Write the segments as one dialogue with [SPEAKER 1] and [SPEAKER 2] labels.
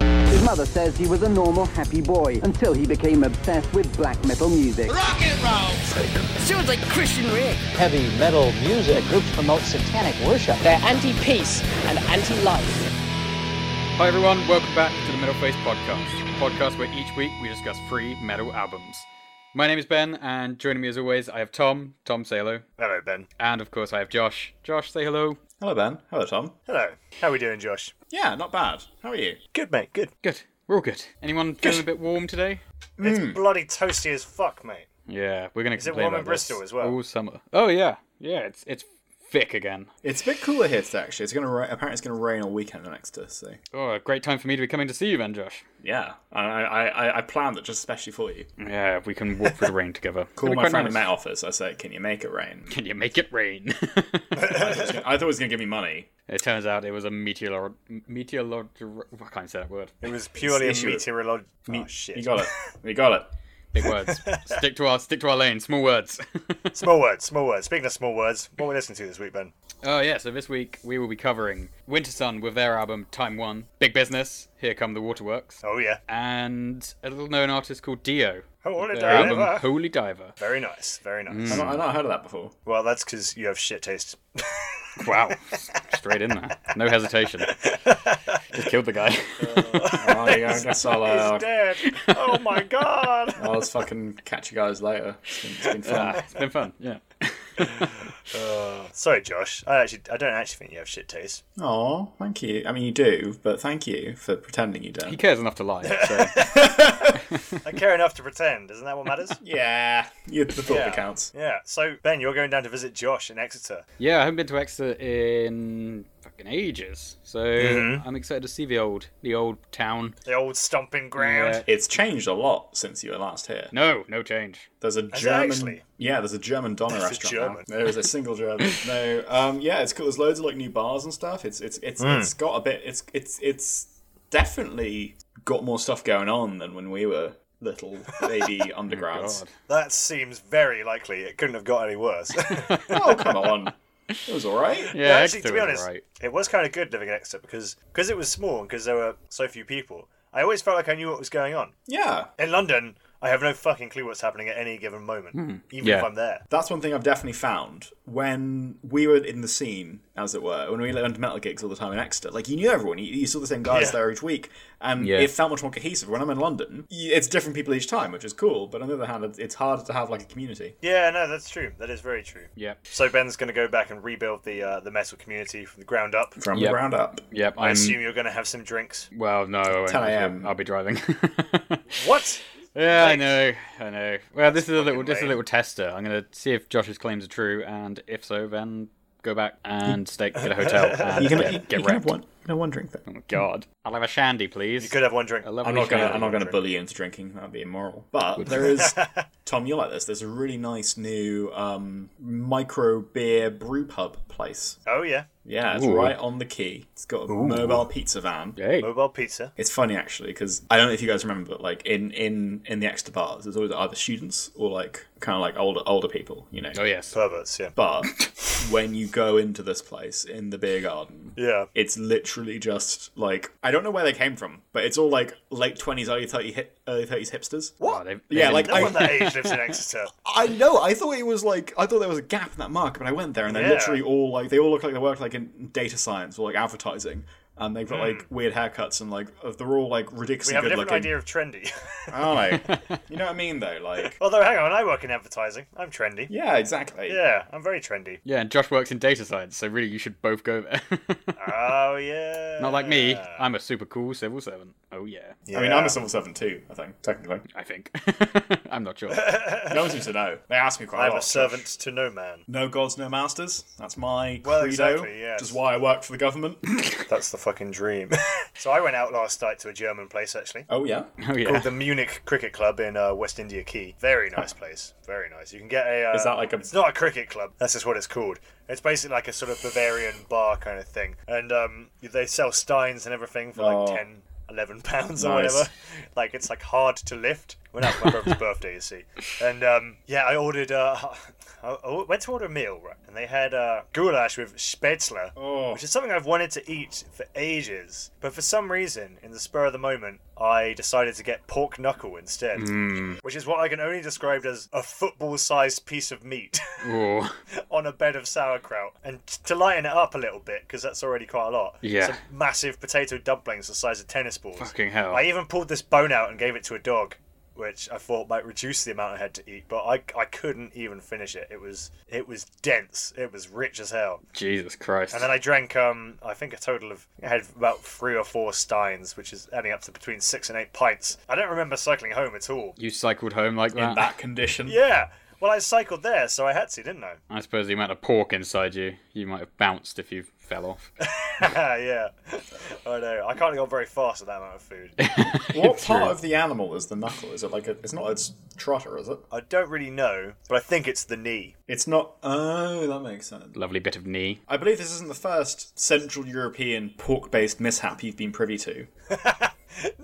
[SPEAKER 1] His mother says he was a normal, happy boy until he became obsessed with black metal music.
[SPEAKER 2] Rock and roll!
[SPEAKER 3] Sounds like Christian Rick.
[SPEAKER 4] Heavy metal music groups promote satanic worship.
[SPEAKER 5] They're anti-peace and anti-life.
[SPEAKER 6] Hi everyone, welcome back to the Metal Face Podcast, a podcast where each week we discuss free metal albums. My name is Ben, and joining me as always, I have Tom, Tom say hello,
[SPEAKER 7] Hello, Ben.
[SPEAKER 6] and of course I have Josh. Josh, say hello.
[SPEAKER 8] Hello, Ben. Hello, Tom.
[SPEAKER 7] Hello. How are we doing, Josh?
[SPEAKER 8] Yeah, not bad. How are you?
[SPEAKER 7] Good, mate. Good.
[SPEAKER 6] Good. We're all good. Anyone feeling a bit warm today?
[SPEAKER 7] It's bloody toasty as fuck, mate.
[SPEAKER 6] Yeah, we're gonna. Is
[SPEAKER 7] it warm in Bristol as well?
[SPEAKER 6] All summer. Oh yeah, yeah. It's it's thick again.
[SPEAKER 8] It's a bit cooler here today, actually. It's gonna ra- apparently it's gonna rain all weekend next to us. So
[SPEAKER 6] Oh, a great time for me to be coming to see you, then, Josh.
[SPEAKER 8] yeah, I I, I, I planned it just especially for you.
[SPEAKER 6] Yeah, we can walk through the rain together.
[SPEAKER 8] Call
[SPEAKER 6] It'll be
[SPEAKER 8] my
[SPEAKER 6] quite
[SPEAKER 8] friend in
[SPEAKER 6] nice.
[SPEAKER 8] my office. I say, can you make it rain?
[SPEAKER 6] Can you make it rain?
[SPEAKER 8] I thought he was gonna- I thought he was gonna give me money.
[SPEAKER 6] it turns out it was a meteor meteor. I can't say that word.
[SPEAKER 7] It was purely a
[SPEAKER 8] issue-
[SPEAKER 7] meteorological. oh shit.
[SPEAKER 8] You got it. You got it.
[SPEAKER 6] Big words. stick to our stick to our lane. Small words.
[SPEAKER 7] small words. Small words. Speaking of small words, what are we listening to this week, Ben?
[SPEAKER 6] Oh yeah, so this week we will be covering Winter Sun with their album Time One, Big Business, Here Come the Waterworks,
[SPEAKER 7] Oh yeah.
[SPEAKER 6] and a little known artist called Dio.
[SPEAKER 7] Holy
[SPEAKER 6] their
[SPEAKER 7] Diver.
[SPEAKER 6] album Holy Diver.
[SPEAKER 7] Very nice. Very nice.
[SPEAKER 8] I've not, I've not heard of that before.
[SPEAKER 7] Well, that's because you have shit taste.
[SPEAKER 6] Wow, straight in there, no hesitation. Just killed the guy.
[SPEAKER 8] Oh, yeah, I guess I'll, uh,
[SPEAKER 7] Dead. Oh my god.
[SPEAKER 8] I'll just fucking catch you guys later. It's been, it's been fun.
[SPEAKER 6] it's been fun. Yeah.
[SPEAKER 7] Sorry, Josh. I actually, I don't actually think you have shit taste.
[SPEAKER 8] Aw, thank you. I mean, you do, but thank you for pretending you
[SPEAKER 6] He
[SPEAKER 8] don't.
[SPEAKER 6] cares enough to lie. So.
[SPEAKER 7] I care enough to pretend. Isn't that what matters?
[SPEAKER 8] Yeah, you the thought
[SPEAKER 7] Yeah.
[SPEAKER 8] that counts.
[SPEAKER 7] Yeah. So Ben, you're going down to visit Josh in Exeter.
[SPEAKER 6] Yeah, I haven't been to Exeter in fucking ages, so
[SPEAKER 7] Mm-hmm.
[SPEAKER 6] I'm excited to see the old the old town.
[SPEAKER 7] The old stomping ground.
[SPEAKER 6] Yeah.
[SPEAKER 8] It's changed a lot since you were last here.
[SPEAKER 6] No, no change.
[SPEAKER 8] There's a
[SPEAKER 7] it
[SPEAKER 8] German.
[SPEAKER 7] actually?
[SPEAKER 8] Yeah, there's a German Donna
[SPEAKER 7] There's a
[SPEAKER 8] restaurant.
[SPEAKER 7] German.
[SPEAKER 8] Now. There is a single German. no, um, yeah, it's cool. There's loads of like new bars and stuff. It's it's
[SPEAKER 7] Hmm.
[SPEAKER 8] it's it's got a bit. It's it's it's definitely got more stuff going on than when we were little
[SPEAKER 7] Oh
[SPEAKER 8] baby undergrads.
[SPEAKER 6] God.
[SPEAKER 7] That seems very likely. It couldn't have got any worse.
[SPEAKER 8] Oh come on, it was all right.
[SPEAKER 6] Yeah,
[SPEAKER 7] But actually,
[SPEAKER 6] Exeter
[SPEAKER 7] to be
[SPEAKER 6] is
[SPEAKER 7] honest,
[SPEAKER 6] alright.
[SPEAKER 7] it was kind of good living in Exeter because because it was small and because there were so few people. I always felt like I knew what was going on.
[SPEAKER 8] Yeah.
[SPEAKER 7] In London, I have no fucking clue what's happening at any given moment, even if
[SPEAKER 6] Yeah.
[SPEAKER 7] I'm there.
[SPEAKER 8] That's one thing I've definitely found when we were in the scene, as it were, when we went to metal gigs all the time in Exeter. Like you knew everyone, you, you saw the same guys
[SPEAKER 7] Yeah.
[SPEAKER 8] there each week, and
[SPEAKER 6] Yeah.
[SPEAKER 8] it felt much more cohesive. When I'm in London, y- it's different people each time, which is cool. But on the other hand, it's, it's harder to have like a community.
[SPEAKER 7] Yeah, no, that's true. That is very true.
[SPEAKER 6] Yep.
[SPEAKER 7] So Ben's going to go back and rebuild the uh, the metal community from the ground up.
[SPEAKER 8] From
[SPEAKER 6] Yep.
[SPEAKER 8] the ground up,
[SPEAKER 6] Yep.
[SPEAKER 7] I
[SPEAKER 6] I'm.
[SPEAKER 7] assume you're going to have some drinks.
[SPEAKER 6] Well, no, I won't.
[SPEAKER 8] 10 a.m..
[SPEAKER 6] I'll be driving.
[SPEAKER 7] What?
[SPEAKER 6] yeah, I
[SPEAKER 7] Thanks.
[SPEAKER 6] know, I know. Well, this is a little,
[SPEAKER 7] fucking
[SPEAKER 6] this is a
[SPEAKER 7] lame.
[SPEAKER 6] little tester. I'm gonna see if Josh's claims are true, and if so, then go back and stay get a hotel and
[SPEAKER 8] you can
[SPEAKER 6] get,
[SPEAKER 8] you,
[SPEAKER 6] get
[SPEAKER 8] you can
[SPEAKER 6] wrecked.
[SPEAKER 8] have one, no one drink there.
[SPEAKER 6] Oh my God, I'll have a shandy, please.
[SPEAKER 7] You could have one drink.
[SPEAKER 6] A lovely
[SPEAKER 8] I'm not gonna
[SPEAKER 6] shandy.
[SPEAKER 8] I'm not gonna bully you into drinking. That'd be immoral. But there is Tom, you will like this. There's a really nice new um, micro beer brew pub place.
[SPEAKER 7] Oh yeah,
[SPEAKER 8] Yeah, it's
[SPEAKER 6] Ooh.
[SPEAKER 8] right on the quay. It's got a mobile pizza van.
[SPEAKER 6] Hey,
[SPEAKER 7] mobile pizza.
[SPEAKER 8] It's funny actually because I don't know if you guys remember, but like in in in the extra bars, there's always either students or like kind of like older older people, you know.
[SPEAKER 6] oh yes,
[SPEAKER 7] Perverts. Yeah.
[SPEAKER 8] But when you go into this place in the beer garden,
[SPEAKER 7] Yeah.
[SPEAKER 8] it's literally just like I don't know where they came from, but it's all like late twenties, early thirty hip, early thirties hipsters.
[SPEAKER 6] What? They- they
[SPEAKER 8] yeah,
[SPEAKER 6] didn't
[SPEAKER 8] like
[SPEAKER 7] No
[SPEAKER 8] I,
[SPEAKER 7] one that age lives in Exeter.
[SPEAKER 8] I know. I thought it was like I thought there was a gap in that market, but I went there and they're
[SPEAKER 7] Yeah.
[SPEAKER 8] literally all like they all look like they work like in data science or like advertising, and they've got like weird haircuts and like uh, they're all like ridiculously
[SPEAKER 7] Hmm. We have a
[SPEAKER 8] good
[SPEAKER 7] different
[SPEAKER 8] looking.
[SPEAKER 7] idea of trendy.
[SPEAKER 8] Aren't they? you know what I mean though? Like
[SPEAKER 7] Although, hang on, I work in advertising. I'm trendy.
[SPEAKER 8] yeah, exactly.
[SPEAKER 7] Yeah, I'm very trendy.
[SPEAKER 6] yeah. And Josh works in data science, so really, you should both go there.
[SPEAKER 7] Oh yeah.
[SPEAKER 6] not like me. I'm a super cool civil servant. Oh yeah,
[SPEAKER 8] I mean, I'm a civil servant too. I think technically,
[SPEAKER 6] I think. I'm not sure.
[SPEAKER 8] no one seems to know. They ask me quite a
[SPEAKER 7] I'm
[SPEAKER 8] lot.
[SPEAKER 7] a servant to no man.
[SPEAKER 8] No gods, no masters. That's my
[SPEAKER 7] Well,
[SPEAKER 8] credo.
[SPEAKER 7] exactly, yes.
[SPEAKER 8] Which is why I work for the government.
[SPEAKER 7] That's the fucking dream. so I went out last night to a German place actually.
[SPEAKER 8] oh yeah.
[SPEAKER 6] Oh yeah.
[SPEAKER 7] Called the Munich Cricket Club in uh, West India Key. Very nice place. Very nice. You can get a. Uh,
[SPEAKER 8] Is that like a-
[SPEAKER 7] It's not a cricket club. That's just what it's called. It's basically like a sort of Bavarian bar kind of thing, and um, they sell steins and everything for
[SPEAKER 8] Oh.
[SPEAKER 7] like ten, eleven pounds or
[SPEAKER 8] Nice.
[SPEAKER 7] whatever. Like it's like hard to lift. went out for my brother's birthday, you see. And um, yeah, I ordered. Uh, I I went to order a meal, right? And they had uh, goulash with spätzle,
[SPEAKER 8] Oh.
[SPEAKER 7] which is something I've wanted to eat for ages. But for some reason, in the spur of the moment, I decided to get pork knuckle instead,
[SPEAKER 6] Hmm.
[SPEAKER 7] which is what I can only describe as a football-sized piece of meat
[SPEAKER 6] Ooh.
[SPEAKER 7] on a bed of sauerkraut. And t- to lighten it up a little bit, because that's already quite a lot.
[SPEAKER 6] Yeah.
[SPEAKER 7] Some massive potato dumplings the size of tennis balls.
[SPEAKER 6] Fucking hell.
[SPEAKER 7] I even pulled this bone out and gave it to a dog, which I thought might reduce the amount I had to eat, but I, I couldn't even finish it. It was it was dense. It was rich as hell.
[SPEAKER 6] Jesus Christ.
[SPEAKER 7] And then I drank um I think a total of I had about three or four steins, which is adding up to between six and eight pints. I don't remember cycling home at all.
[SPEAKER 6] you cycled home like
[SPEAKER 8] in
[SPEAKER 6] that?
[SPEAKER 8] that condition.
[SPEAKER 7] Yeah. Well, I cycled there, so I had to, didn't I?
[SPEAKER 6] I suppose the amount of pork inside you, you might have bounced if you fell off.
[SPEAKER 7] yeah. I know. I can't have gone very fast with that amount of food.
[SPEAKER 8] What part of the animal is the knuckle? Is it like a? It's not a s- trotter, is it?
[SPEAKER 7] I don't really know, but I think it's the knee.
[SPEAKER 8] It's not. Oh, that makes sense.
[SPEAKER 6] Lovely bit of knee.
[SPEAKER 8] I believe this isn't the first Central European pork-based mishap you've been privy to.
[SPEAKER 7] No,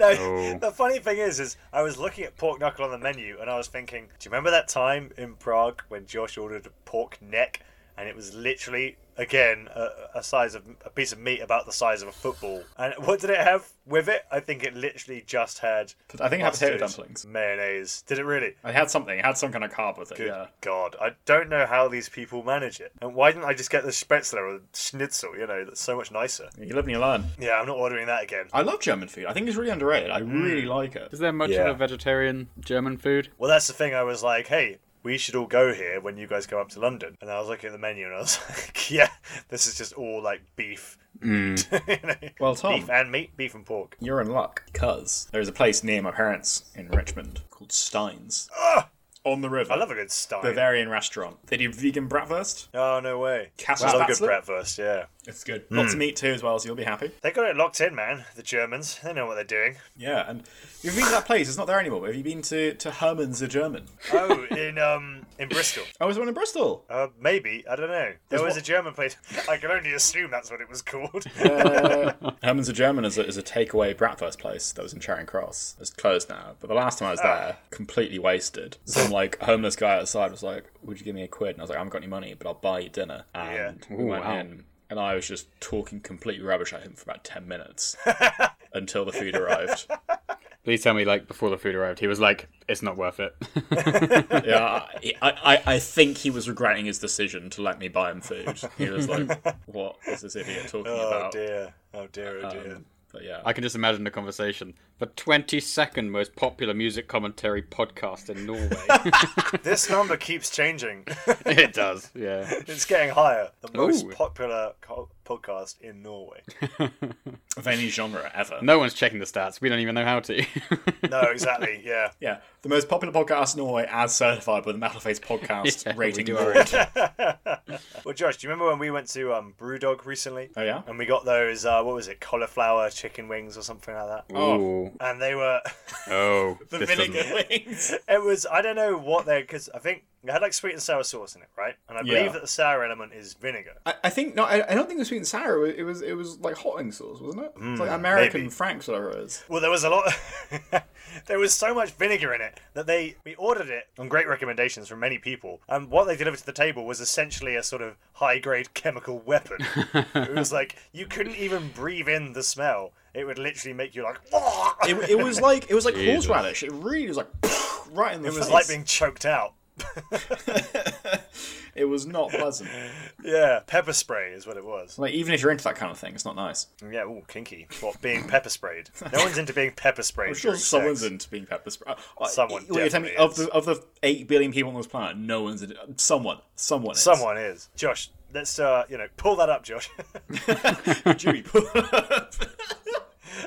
[SPEAKER 6] Oh.
[SPEAKER 7] the funny thing is, is I was looking at pork knuckle on the menu, and I was thinking, do you remember that time in Prague when Josh ordered a pork neck, and it was literally again a, a size of a piece of meat about the size of a football. And what did it have with it? I think it literally just had.
[SPEAKER 8] I think it had potato
[SPEAKER 7] mustard,
[SPEAKER 8] dumplings.
[SPEAKER 7] mayonnaise. Did it really?
[SPEAKER 8] It had something. It had some kind of carb with it.
[SPEAKER 7] Good
[SPEAKER 8] Yeah.
[SPEAKER 7] God, I don't know how these people manage it. And why didn't I just get the spätzle or schnitzel? You know, that's so much nicer.
[SPEAKER 8] You live and you learn.
[SPEAKER 7] Yeah, I'm not ordering that again.
[SPEAKER 8] I love German food. I think it's really underrated. I really like it.
[SPEAKER 6] Is there much
[SPEAKER 7] Yeah.
[SPEAKER 6] of a vegetarian German food?
[SPEAKER 7] Well, that's the thing. I was like, hey, we should all go here when you guys come up to London. And I was looking at the menu and I was like, yeah, this is just all like beef. You know,
[SPEAKER 8] Well, Tom,
[SPEAKER 7] beef and meat, beef and pork.
[SPEAKER 8] you're in luck because there's a place near my parents in Richmond called Stein's on the river.
[SPEAKER 7] I love a good stein.
[SPEAKER 8] Bavarian restaurant. They do vegan bratwurst.
[SPEAKER 7] Oh, no way.
[SPEAKER 8] Casus
[SPEAKER 7] I love a good
[SPEAKER 8] Batzler?
[SPEAKER 7] breakfast, yeah.
[SPEAKER 8] It's good. Mm. Lots of meat too, as well, so you'll be happy.
[SPEAKER 7] They got it locked in, man. The Germans, they know what they're doing.
[SPEAKER 8] Yeah, and you've been to that place. It's not there anymore. but Have you been to to Herman's the German?
[SPEAKER 7] Oh, in um in Bristol.
[SPEAKER 8] I was one in Bristol.
[SPEAKER 7] Uh, maybe, I don't know. There
[SPEAKER 8] There's
[SPEAKER 7] was
[SPEAKER 8] one-
[SPEAKER 7] a German place. I can only assume that's what it was called.
[SPEAKER 8] Herman's the German is a, is a takeaway bratwurst place that was in Charing Cross. It's closed now, but the last time I was
[SPEAKER 7] Ah.
[SPEAKER 8] there, completely wasted. Some like homeless guy outside was like, "Would you give me a quid?" And I was like, "I haven't got any money, but I'll buy you dinner." And we
[SPEAKER 6] Ooh,
[SPEAKER 8] went
[SPEAKER 6] wow.
[SPEAKER 8] in, and I was just talking complete rubbish at him for about ten minutes until the food arrived.
[SPEAKER 6] Please tell me, like, before the food arrived, he was like, it's not worth it.
[SPEAKER 8] Yeah, I, I, I think he was regretting his decision to let me buy him food. He was like, "What is this idiot talking
[SPEAKER 7] oh
[SPEAKER 8] about?"
[SPEAKER 7] dear, oh dear, oh dear.
[SPEAKER 8] Um, but yeah,
[SPEAKER 6] I can just imagine the conversation. The 22nd most popular music commentary podcast in Norway.
[SPEAKER 7] this number keeps changing.
[SPEAKER 6] it does, yeah.
[SPEAKER 7] It's getting higher. The most
[SPEAKER 6] Ooh.
[SPEAKER 7] popular co- podcast in Norway.
[SPEAKER 8] of any genre ever.
[SPEAKER 6] No one's checking the stats. We don't even know how to.
[SPEAKER 7] No, exactly. Yeah.
[SPEAKER 8] Yeah, the most popular podcast in Norway, as certified by the Metal Face Podcast
[SPEAKER 6] Yeah, we
[SPEAKER 8] Rating
[SPEAKER 6] do
[SPEAKER 8] Board.
[SPEAKER 7] Well, Josh, do you remember when we went to um, Brewdog recently?
[SPEAKER 8] Oh yeah,
[SPEAKER 7] And we got those, uh, what was it, cauliflower chicken wings or something like that?
[SPEAKER 6] Ooh.
[SPEAKER 7] And they were,
[SPEAKER 6] Oh.
[SPEAKER 8] the
[SPEAKER 6] this
[SPEAKER 8] vinegar
[SPEAKER 6] doesn't-
[SPEAKER 8] wings.
[SPEAKER 7] it was, I don't know what they, because I think it had like sweet and sour sauce in it, right? And I believe
[SPEAKER 8] Yeah.
[SPEAKER 7] that the sour element is vinegar.
[SPEAKER 8] I, I think no, I, I don't think it was sweet and sour. It was it was like hotting sauce, wasn't it? it's like American
[SPEAKER 7] maybe.
[SPEAKER 8] Frank's, whatever it is.
[SPEAKER 7] Well, there was a lot, there was so much vinegar in it that they, we ordered it on great recommendations from many people. And what they delivered to the table was essentially a sort of high grade chemical weapon. it was like, you couldn't even breathe in the smell. It would literally make you like,
[SPEAKER 8] It, it was like it was like
[SPEAKER 6] Jesus.
[SPEAKER 8] horseradish. It really was like right in the
[SPEAKER 7] It was
[SPEAKER 8] face.
[SPEAKER 7] like being choked out.
[SPEAKER 8] It was not pleasant.
[SPEAKER 7] Yeah, pepper spray is what it was. Mm,
[SPEAKER 8] Like even if you're into that kind of thing, it's not nice.
[SPEAKER 7] Yeah, ooh, kinky. What, being pepper sprayed? No one's into being pepper sprayed.
[SPEAKER 8] I'm sure
[SPEAKER 7] during
[SPEAKER 8] someone's
[SPEAKER 7] sex.
[SPEAKER 8] into being pepper spray. Uh,
[SPEAKER 7] Someone
[SPEAKER 8] Wait, tell me,
[SPEAKER 7] definitely
[SPEAKER 8] of the of the eight billion people on this planet, no one's into someone. Someone. Is.
[SPEAKER 7] Someone is. Josh, let's, uh, you know, pull that up, Josh.
[SPEAKER 8] Dewey.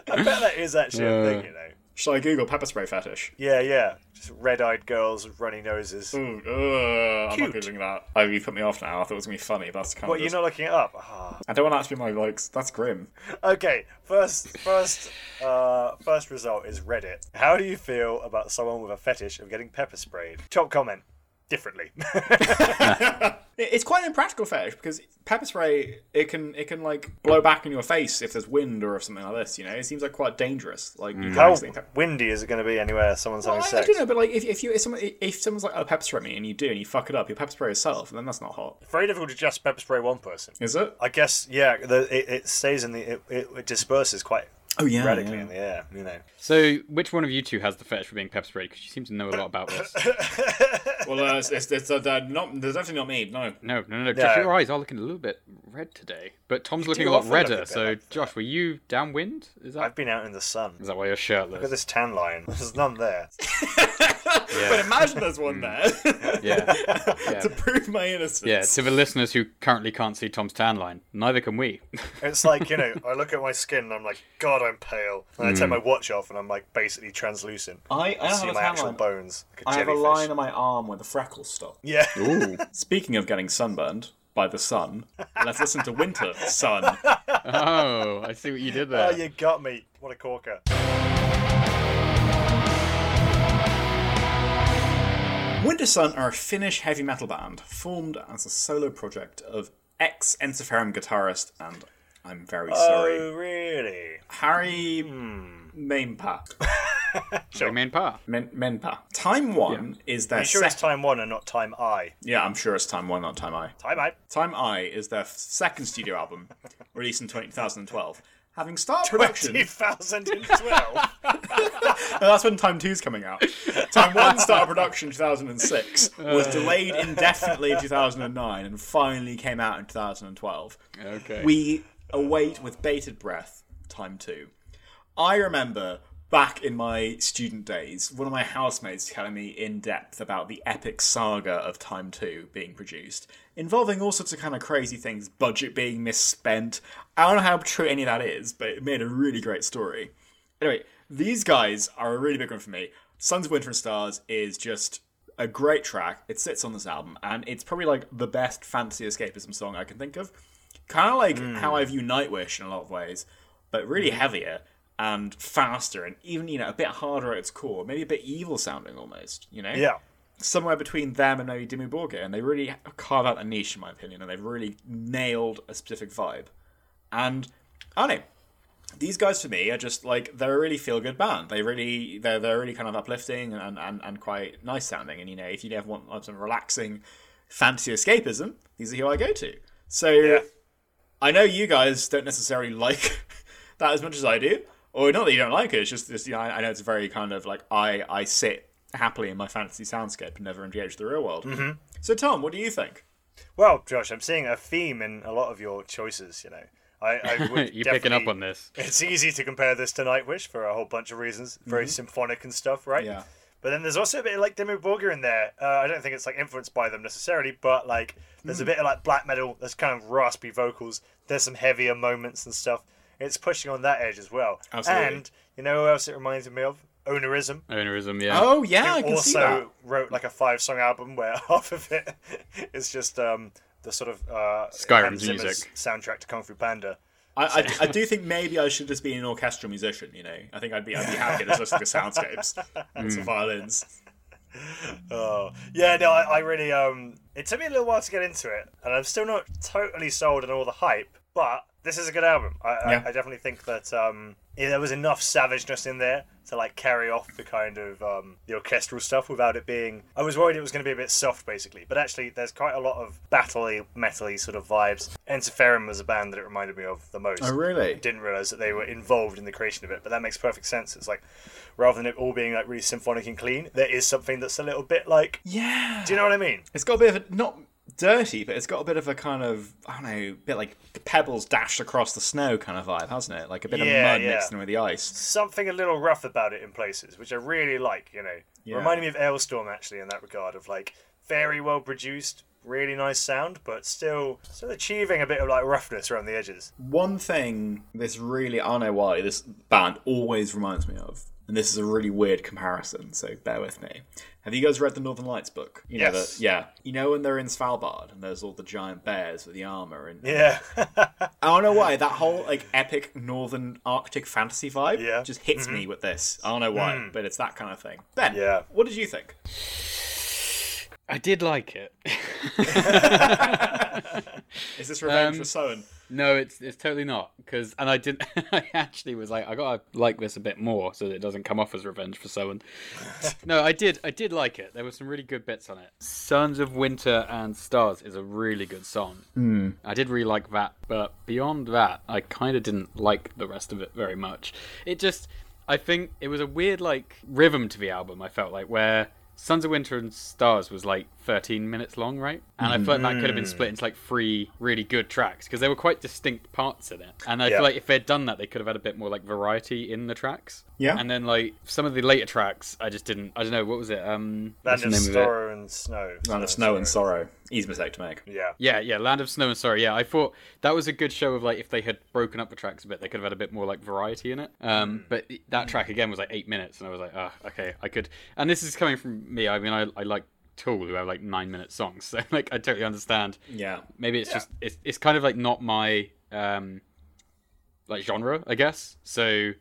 [SPEAKER 7] I bet that is actually a
[SPEAKER 8] Uh,
[SPEAKER 7] thing, you know.
[SPEAKER 8] Shall I Google pepper spray fetish?
[SPEAKER 7] Yeah, yeah. Just red eyed girls with runny noses.
[SPEAKER 8] Ooh, ugh, I'm not
[SPEAKER 7] Cute.
[SPEAKER 8] googling that. Oh, you put me off now. I thought it was gonna be funny, but that's kind
[SPEAKER 7] What,
[SPEAKER 8] of.
[SPEAKER 7] you're
[SPEAKER 8] just-
[SPEAKER 7] not looking it up? Ah.
[SPEAKER 8] I don't want that to be my likes. That's grim.
[SPEAKER 7] Okay, first, first, uh, first result is Reddit. How do you feel about someone with a fetish of getting pepper sprayed? Top comment. Differently.
[SPEAKER 8] It- It's quite an impractical fetish because pepper spray it can it can like blow back in your face if there's wind or if something like this. You know, it seems like quite dangerous. Like you can
[SPEAKER 7] Mm. How
[SPEAKER 8] actually-
[SPEAKER 7] windy is it going to be anywhere someone's
[SPEAKER 8] Well,
[SPEAKER 7] having
[SPEAKER 8] I, I
[SPEAKER 7] sex?
[SPEAKER 8] don't know, but like if, if you if someone if someone's like oh pepper spray me and you do and you fuck it up, you pepper spray yourself, and then that's not hot,
[SPEAKER 7] Very difficult to just pepper spray one person.
[SPEAKER 8] is it?
[SPEAKER 7] I guess yeah, the, it, it stays in the it, it, it disperses quite
[SPEAKER 8] Oh yeah,
[SPEAKER 7] radically in the air. You know,
[SPEAKER 6] So, which one of you two has the fetish for being pepper sprayed? Because you seem to know a lot about this.
[SPEAKER 8] Well, uh, it's, it's, it's, uh, they're not there's definitely not me. No,
[SPEAKER 6] No, no, no, no. Josh,
[SPEAKER 7] No.
[SPEAKER 6] your eyes are looking a little bit red today, but Tom's looking
[SPEAKER 7] do
[SPEAKER 6] a lot
[SPEAKER 7] often look a
[SPEAKER 6] redder.
[SPEAKER 7] bit
[SPEAKER 6] So,
[SPEAKER 7] like that.
[SPEAKER 6] Josh, were you downwind? Is that is
[SPEAKER 7] I've been out in the sun. Look
[SPEAKER 6] that why you're shirtless?
[SPEAKER 7] at this tan line. There's none there.
[SPEAKER 8] but imagine there's one
[SPEAKER 7] Mm.
[SPEAKER 8] there
[SPEAKER 6] Yeah,
[SPEAKER 8] to prove my innocence.
[SPEAKER 6] yeah. To the listeners who currently can't see Tom's tan line, neither can we.
[SPEAKER 7] It's like you know, I look at my skin and I'm like, God, I'm pale. And I take
[SPEAKER 6] Hmm.
[SPEAKER 7] my watch off and I'm like basically translucent.
[SPEAKER 8] I, I don't
[SPEAKER 7] see
[SPEAKER 8] have a
[SPEAKER 7] my
[SPEAKER 8] tan
[SPEAKER 7] actual
[SPEAKER 8] line.
[SPEAKER 7] bones. Like
[SPEAKER 8] I have a
[SPEAKER 7] jellyfish.
[SPEAKER 8] line on my arm where the freckles stop.
[SPEAKER 7] Yeah.
[SPEAKER 8] Speaking of getting sunburned by the sun, let's listen to Winter Sun.
[SPEAKER 6] oh, I see what you did there.
[SPEAKER 7] Oh, you got me. What a corker.
[SPEAKER 8] Winter Sun are a Finnish heavy metal band formed as a solo project of ex Ensiferum guitarist and I'm very sorry,
[SPEAKER 7] Oh, Hmm. really?
[SPEAKER 8] Harry Mainpa.
[SPEAKER 6] They made par.
[SPEAKER 8] Men- Menpa. Time One is their
[SPEAKER 7] Are you sure it's
[SPEAKER 8] second.
[SPEAKER 7] time one and not time I?
[SPEAKER 8] yeah, I'm sure it's Time One, not Time I.
[SPEAKER 7] Time I.
[SPEAKER 8] Time I is their second studio album, released in 2012. Having started production,
[SPEAKER 7] 2012.
[SPEAKER 8] No, that's when Time Two's coming out. Time One started production in 2006, was delayed indefinitely in 2009, and finally came out in 2012.
[SPEAKER 6] Okay.
[SPEAKER 8] We await with bated breath Time Two. I remember back in my student days, one of my housemates telling me in depth about the epic saga of Time 2 being produced, involving all sorts of kind of crazy things, budget being misspent. I don't know how true any of that is, but it made a really great story. Anyway, these guys are a really big one for me. Sons of Winter and Stars is just a great track. It sits on this album, and it's probably like the best fantasy escapism song I can think of. Kind of like how I view Nightwish in a lot of ways, but really heavier and faster, and even you know a bit harder at its core, maybe a bit evil sounding almost. You know,
[SPEAKER 7] yeah.
[SPEAKER 8] somewhere between them and maybe Dimmu Borgir, and they really carve out a niche, in my opinion, and they've really nailed a specific vibe. And I don't know, these guys for me are just like they're a really feel good band. They really they're they're really kind of uplifting and, and and quite nice sounding. And you know, if you ever want some relaxing fantasy escapism, these are who I go to. So I know you guys don't necessarily like that as much as I do, or not that you don't like it. It's just, it's, you know, I, I know it's very kind of like I I sit happily in my fantasy soundscape and never engage with the real world. Mm-hmm. So Tom, what do you think?
[SPEAKER 7] Well, Josh, I'm seeing a theme in a lot of your choices, you know. I, I would
[SPEAKER 6] You're picking up
[SPEAKER 7] definitely-
[SPEAKER 6] on this.
[SPEAKER 7] It's easy to compare this to Nightwish for a whole bunch of reasons. Very symphonic and stuff, right?
[SPEAKER 8] Mm-hmm. Yeah.
[SPEAKER 7] But then there's also a bit of like Dimmu Borgir in there. Uh, I don't think it's like influenced by them necessarily, but like there's
[SPEAKER 8] Mm.
[SPEAKER 7] a bit of like black metal. There's kind of raspy vocals. There's some heavier moments and stuff. It's pushing on that edge as well.
[SPEAKER 8] Absolutely.
[SPEAKER 7] And you know who else it reminds me of? Onerism.
[SPEAKER 6] Ownerism, yeah.
[SPEAKER 8] Oh yeah,
[SPEAKER 7] who
[SPEAKER 8] I can
[SPEAKER 7] also
[SPEAKER 8] see that.
[SPEAKER 7] wrote like a five song album where half of it is just um, the sort of uh,
[SPEAKER 6] Skyrim
[SPEAKER 7] Hans Zimmer's
[SPEAKER 6] music.
[SPEAKER 7] soundtrack to Kung Fu Panda.
[SPEAKER 8] I, I, I do think maybe I should just be an orchestral musician. You know, I think I'd be I'd be happy just listening to soundscapes and
[SPEAKER 7] Hmm.
[SPEAKER 8] some violins.
[SPEAKER 7] Oh yeah, no, I, I really um. It took me a little while to get into it, and I'm still not totally sold on all the hype. But this is a good album. I, I,
[SPEAKER 8] Yeah.
[SPEAKER 7] I definitely think that um, yeah, there was enough savageness in there to like carry off the kind of um, the orchestral stuff without it being. I was worried it was going to be a bit soft, basically, but actually, there's quite a lot of battle-y, metal-y sort of vibes. Ensiferum was a band that it reminded me of the most
[SPEAKER 8] Oh, really?
[SPEAKER 7] didn't realize that they were involved in the creation of it. But that makes perfect sense. It's like rather than it all being like really symphonic and clean, there is something that's a little bit like.
[SPEAKER 8] Yeah.
[SPEAKER 7] Do you know what I mean?
[SPEAKER 8] It's got a bit of a, not dirty, but it's got a bit of a kind of I don't know, bit like pebbles dashed across the snow kind of vibe, hasn't it? Like a bit
[SPEAKER 7] Yeah,
[SPEAKER 8] of mud
[SPEAKER 7] yeah.
[SPEAKER 8] mixed in with the ice.
[SPEAKER 7] Something a little rough about it in places, which I really like. You know, reminding me of Ailstorm actually in that regard of like very well produced, really nice sound, but still still achieving a bit of like roughness around the edges.
[SPEAKER 8] One thing this really I don't know why this band always reminds me of, and this is a really weird comparison, so bear with me. Have you guys read the Northern Lights book? You Know
[SPEAKER 7] Yes.
[SPEAKER 8] the- yeah. You know when they're in Svalbard and there's all the giant bears with the armor and
[SPEAKER 7] Yeah,
[SPEAKER 8] I don't know why that whole like epic northern Arctic fantasy vibe
[SPEAKER 7] Yeah. Mm-hmm. Mm.
[SPEAKER 8] just hits me with this. I don't know why, but it's that kind of thing. Ben,
[SPEAKER 7] Yeah.
[SPEAKER 8] what did you think?
[SPEAKER 6] I did like it.
[SPEAKER 8] Is this revenge
[SPEAKER 6] Um,
[SPEAKER 8] for Soen?
[SPEAKER 6] no, it's it's totally not because and I didn't. I actually was like, I gotta like this a bit more so that it doesn't come off as revenge for someone. no, I did. I did like it. There were some really good bits on it. Sons of Winter and Stars is a really good song. I did really like that, but beyond that, I kind of didn't like the rest of it very much. It just, I think it was a weird like rhythm to the album. I felt like where Sons of Winter and Stars was like 13 minutes long, right? And I felt that could have been split into like three really good tracks because they were quite distinct parts in it. And I
[SPEAKER 7] Yeah.
[SPEAKER 6] feel like if they'd done that, they could have had a bit more like variety in the tracks.
[SPEAKER 8] Yeah.
[SPEAKER 6] And then like some of the later tracks, I just didn't. I don't know what was it. Um, what's
[SPEAKER 7] Land
[SPEAKER 6] the
[SPEAKER 7] of
[SPEAKER 6] name of it?
[SPEAKER 7] Sorrow and Snow.
[SPEAKER 8] Land of Snow and Sorrow. Easy mistake to make.
[SPEAKER 7] Yeah.
[SPEAKER 6] Yeah, yeah, Land of Snow and Sorrow. Yeah, I thought that was a good show of like if they had broken up the tracks a bit, they could have had a bit more like variety in it.
[SPEAKER 7] Mm.
[SPEAKER 6] Um, but that track again was like eight minutes, and I was like, ah, okay, I could. And this is coming from me. I mean, I, I like Tool who have like nine minute songs, so like I totally understand.
[SPEAKER 8] Yeah.
[SPEAKER 6] Maybe it's just it's it's kind of like not my um like genre, I guess. So